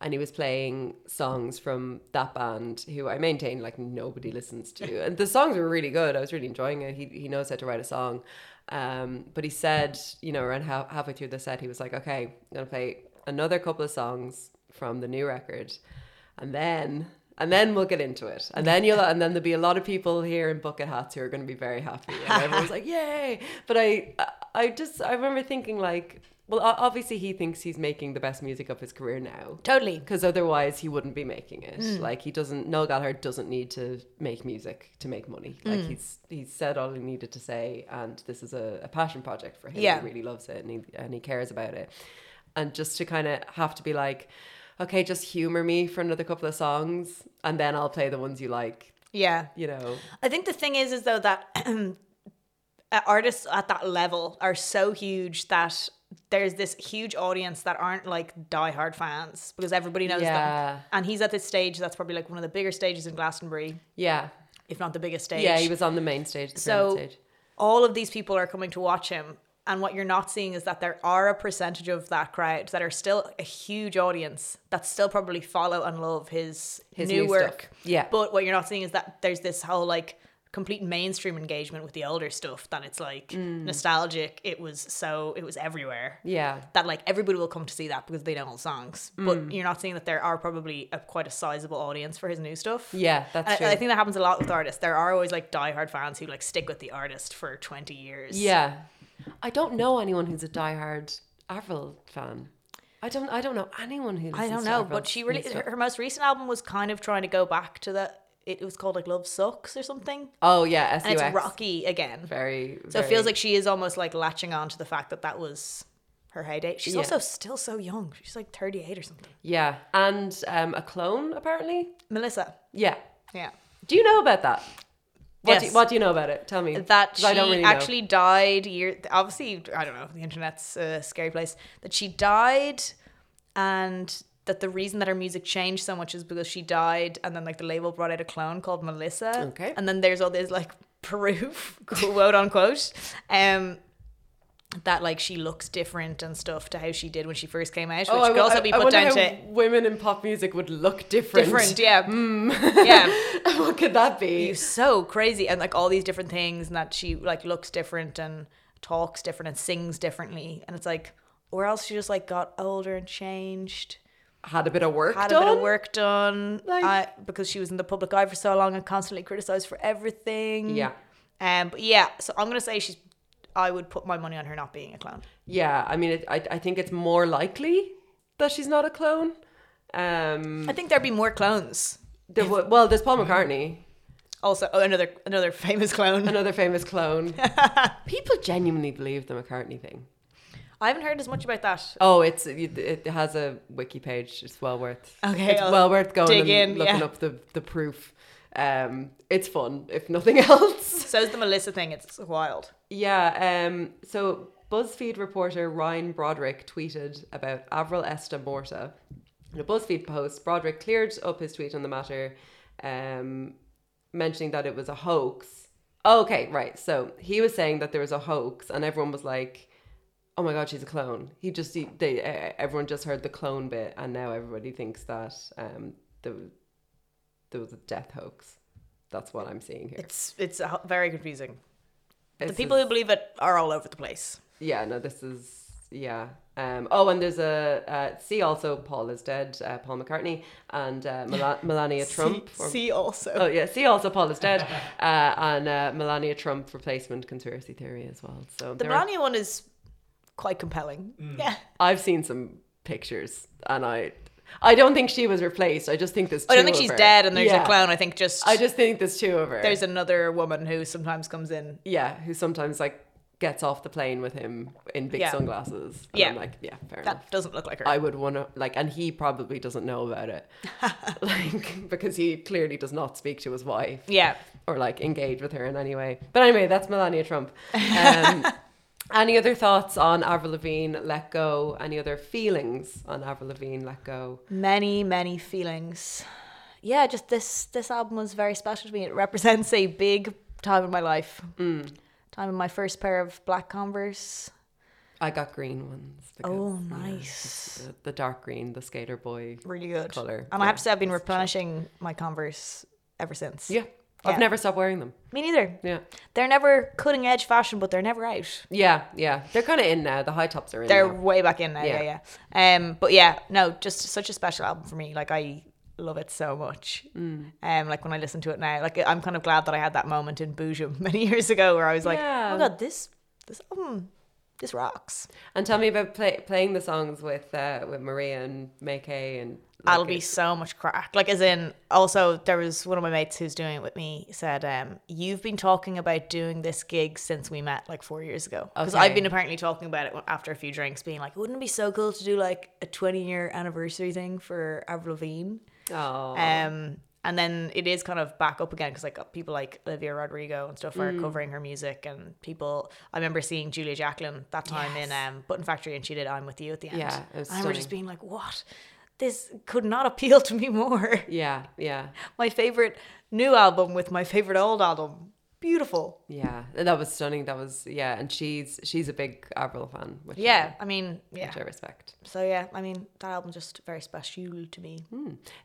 Speaker 6: and he was playing songs from that band who I maintain like nobody listens to, and the songs were really good. I was really enjoying it. He he knows how to write a song, um, but he said, you know, around half, halfway through the set, he was like, "Okay, I'm gonna play another couple of songs from the new record." and then and then we'll get into it. And then you'll and then there'll be a lot of people here in bucket hats who are going to be very happy. And everyone's like, "Yay!" But I I just I remember thinking like, well, o- obviously he thinks he's making the best music of his career now.
Speaker 2: Totally. Mm.
Speaker 6: Because otherwise he wouldn't be making it. Like he doesn't. Noel Gallagher doesn't need to make music to make money.
Speaker 2: Mm.
Speaker 6: Like he's he's said all he needed to say, and this is a, a passion project for him.
Speaker 2: Yeah.
Speaker 6: He really loves it, and he and he cares about it. And just to kind of have to be like, okay, just humor me for another couple of songs, and then I'll play the ones you like.
Speaker 2: Yeah.
Speaker 6: You know.
Speaker 2: I think the thing is, is though that uh, artists at that level are so huge that there's this huge audience that aren't like diehard fans because everybody knows
Speaker 6: Yeah.
Speaker 2: them. And he's at this stage that's probably like one of the bigger stages in Glastonbury,
Speaker 6: Yeah.
Speaker 2: if not the biggest stage.
Speaker 6: Yeah. He was on the main stage. The
Speaker 2: So-
Speaker 6: so. Stage.
Speaker 2: all of these people are coming to watch him. And what you're not seeing is that there are a percentage of that crowd that are still a huge audience that still probably follow and love his,
Speaker 6: His
Speaker 2: new,
Speaker 6: new
Speaker 2: work.
Speaker 6: stuff. Yeah.
Speaker 2: But what you're not seeing is that there's this whole like complete mainstream engagement with the older stuff that it's like nostalgic. It was so, it was everywhere.
Speaker 6: Mm. Yeah.
Speaker 2: That like everybody will come to see that because they know all the songs.
Speaker 6: Mm.
Speaker 2: But you're not seeing that there are probably a, quite a sizable audience for his new stuff.
Speaker 6: Yeah. That's
Speaker 2: I,
Speaker 6: true.
Speaker 2: I think that happens a lot with artists. There are always like diehard fans who like stick with the artist for twenty years.
Speaker 6: Yeah. I don't know anyone who's a diehard Avril fan. I don't I don't know anyone who
Speaker 2: I don't
Speaker 6: listens to
Speaker 2: know,
Speaker 6: Avril
Speaker 2: but she really
Speaker 6: and
Speaker 2: her,
Speaker 6: stuff.
Speaker 2: her most recent album was kind of trying to go back to the. It was called like Love Sucks or something,
Speaker 6: Oh yeah,
Speaker 2: and
Speaker 6: SUX.
Speaker 2: it's rocky again.
Speaker 6: Very
Speaker 2: so it feels like she is almost like latching on to the fact that that was her heyday. She's
Speaker 6: Yeah.
Speaker 2: also still so young. She's like thirty eight or something.
Speaker 6: Yeah. And um, a clone apparently.
Speaker 2: Melissa,
Speaker 6: Yeah.
Speaker 2: yeah,
Speaker 6: Do you know about that? What, do
Speaker 2: Yes.
Speaker 6: you, what do you know about it? Tell me.
Speaker 2: that
Speaker 6: 'Cause
Speaker 2: she
Speaker 6: I don't really know.
Speaker 2: actually died year obviously i don't know the internet's a scary place that she died and that the reason that her music changed so much is because she died and then like the label brought out a clone called melissa
Speaker 6: Okay.
Speaker 2: and then there's all this like proof quote unquote um that like she looks different and stuff to how she did when she first came out, which
Speaker 6: Oh, I
Speaker 2: could
Speaker 6: wo-
Speaker 2: also
Speaker 6: I-
Speaker 2: be
Speaker 6: I
Speaker 2: put
Speaker 6: wonder
Speaker 2: down
Speaker 6: how
Speaker 2: to
Speaker 6: women in pop music would look different. Hmm.
Speaker 2: different, yeah, yeah.
Speaker 6: what could that be?
Speaker 2: He's so crazy and like all these different things and that she like looks different and talks different and sings differently and it's like or else she just like got older and changed
Speaker 6: had a bit of work
Speaker 2: had
Speaker 6: done.
Speaker 2: a bit of work done
Speaker 6: Like-
Speaker 2: uh, because she was in the public eye for so long and constantly criticized for everything.
Speaker 6: Yeah.
Speaker 2: Um. But yeah, so I'm gonna say she's. I would put my money on her not being a clown.
Speaker 6: Yeah, I mean, it, I I think it's more likely that she's not a clone. Um,
Speaker 2: I think there'd be more clones.
Speaker 6: there wa- well, there's Paul McCartney,
Speaker 2: Also, oh, another another famous clone.
Speaker 6: another famous clone. People genuinely believe the McCartney thing.
Speaker 2: I haven't heard as much about that.
Speaker 6: Oh, it's it, it has a wiki page. It's well worth.
Speaker 2: Okay,
Speaker 6: it's
Speaker 2: I'll
Speaker 6: well worth going
Speaker 2: dig
Speaker 6: and
Speaker 2: in,
Speaker 6: looking
Speaker 2: yeah.
Speaker 6: up the the proof. Um, it's fun if nothing else.
Speaker 2: So is the Melissa thing. It's wild.
Speaker 6: Yeah. Um, so BuzzFeed reporter Ryan Broderick tweeted about Avril Esta Morta. In a BuzzFeed post, Broderick cleared up his tweet on the matter, um, mentioning that it was a hoax. Okay, right. So he was saying that there was a hoax, and everyone was like, "Oh my god, she's a clone." He just he, they e- everyone just heard the clone bit, and now everybody thinks that um, there, there was a death hoax. That's what I'm seeing here.
Speaker 2: It's it's a, very confusing.
Speaker 6: This
Speaker 2: the people
Speaker 6: is-
Speaker 2: who believe it are all over the place.
Speaker 6: yeah no this is yeah um oh and there's a uh, see also paul is dead uh, paul mccartney and uh, Mela- melania trump
Speaker 2: See,
Speaker 6: or-
Speaker 2: see also.
Speaker 6: oh yeah see also paul is dead uh, and uh, melania trump replacement conspiracy theory as well so
Speaker 2: the
Speaker 6: there are,
Speaker 2: Melania one is quite compelling. Yeah.
Speaker 6: i've seen some pictures and i i don't think she was replaced i just think there's two
Speaker 2: Oh, I don't think
Speaker 6: of
Speaker 2: she's
Speaker 6: her.
Speaker 2: dead and there's
Speaker 6: Yeah.
Speaker 2: a clown. I think just
Speaker 6: i just think there's two of her
Speaker 2: there's another woman who sometimes comes in.
Speaker 6: yeah who sometimes like gets off the plane with him in big
Speaker 2: Yeah.
Speaker 6: sunglasses and
Speaker 2: Yeah.
Speaker 6: i'm like yeah fair enough
Speaker 2: That doesn't look like her.
Speaker 6: I would want to like, and he probably doesn't know about it, like because he clearly does not speak to his wife
Speaker 2: yeah.
Speaker 6: or like engage with her in any way. But anyway, that's Melania Trump. Um, any other thoughts on Avril Lavigne? Let go. Any other feelings on Avril Lavigne? Let go.
Speaker 2: Many, many feelings. Yeah, just this this album was very special to me. It represents a big time in my life.
Speaker 6: Mm.
Speaker 2: Time in my first pair of black Converse.
Speaker 6: I got green ones. because,
Speaker 2: Oh,
Speaker 6: you know,
Speaker 2: nice.
Speaker 6: the, the dark green, the skater boy.
Speaker 2: Really good.
Speaker 6: Colour,
Speaker 2: And I have
Speaker 6: yeah,
Speaker 2: to say I've been replenishing my Converse ever since.
Speaker 6: Yeah,
Speaker 2: Yeah.
Speaker 6: I've never stopped wearing them.
Speaker 2: Me neither.
Speaker 6: Yeah,
Speaker 2: They're never cutting edge fashion, but they're never out.
Speaker 6: yeah, yeah. They're kind of in now. The high tops are in.
Speaker 2: They're
Speaker 6: now.
Speaker 2: way back in now. Yeah. yeah, Um, but yeah, no, just such a special album for me. Like I love it so much.
Speaker 6: Mm.
Speaker 2: Um, like when I listen to it now, like I'm kind of glad that I had that moment in Boojum many years ago where I was like,
Speaker 6: Yeah.
Speaker 2: oh god, this this album, this rocks.
Speaker 6: And tell me about play, playing the songs with uh, with Maria and Make and.
Speaker 2: That'll
Speaker 6: like,
Speaker 2: be so much crack. Like as in, also there was one of my mates who's doing it with me said, um, "You've been talking about doing this gig since we met like four years ago." Because
Speaker 6: Okay.
Speaker 2: I've been apparently talking about it after a few drinks, being like, "Wouldn't it be so cool to do like a twenty-year anniversary thing for Avril Lavigne?"
Speaker 6: Oh,
Speaker 2: Um, and then it is kind of back up again because like people like Olivia Rodrigo and stuff
Speaker 6: Mm.
Speaker 2: are covering her music, and people. I remember seeing Julia Jacklin that time in um, Button Factory, and she did "I'm with You" at the end.
Speaker 6: Yeah, it was
Speaker 2: and I remember just
Speaker 6: stunning.
Speaker 2: being like, "What? This could not appeal to me more."
Speaker 6: yeah, yeah,
Speaker 2: my favorite new album with my favorite old album. Beautiful.
Speaker 6: yeah. And That was stunning. That was yeah. And she's she's a big Avril fan, which
Speaker 2: Yeah, I mean,
Speaker 6: I,
Speaker 2: yeah.
Speaker 6: which I respect.
Speaker 2: So yeah, I mean, that album just very special to me.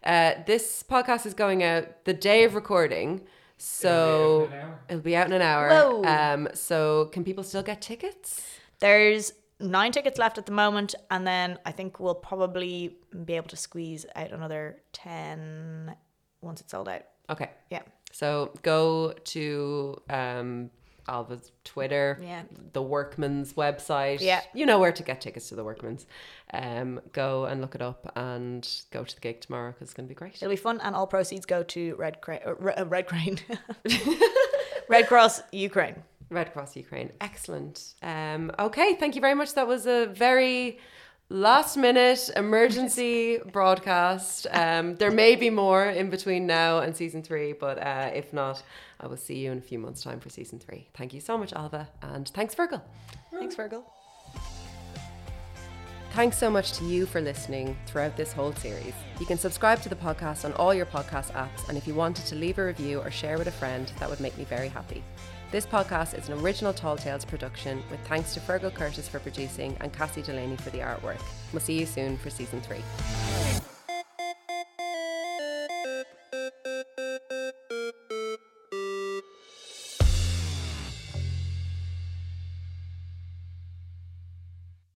Speaker 6: Uh, this podcast is going out the day of recording, so
Speaker 1: It'll be out in an hour.
Speaker 6: it'll be out in an hour.
Speaker 2: Whoa.
Speaker 6: Um, so can people still get tickets?
Speaker 2: There's nine tickets left at the moment, and then I think we'll probably be able to squeeze out another 10 once it's sold out.
Speaker 6: Okay,
Speaker 2: Yeah.
Speaker 6: so go to um, Alva's Twitter,
Speaker 2: Yeah.
Speaker 6: the Workman's website.
Speaker 2: Yeah.
Speaker 6: You know where to get tickets to the Workman's. Um, go and look it up and go to the gig tomorrow because it's going to be great.
Speaker 2: It'll be fun, and all proceeds go to Red Crane. Uh, Re- uh, Red Crane. Red Cross Ukraine.
Speaker 6: Red Cross Ukraine. Excellent. Um, okay, thank you very much. That was a very last minute emergency broadcast. Um, there may be more in between now and season three, but uh, if not, I will see you in a few months' time for season three. Thank you so much, Alva, and thanks, Virgil.
Speaker 2: Thanks, Virgil.
Speaker 6: Thanks so much to you for listening throughout this whole series. You can subscribe to the podcast on all your podcast apps, and if you wanted to leave a review or share with a friend, that would make me very happy. This podcast is an original Tall Tales production, with thanks to Fergal Curtis for producing and Cassie Delaney for the artwork. We'll see you soon for season three.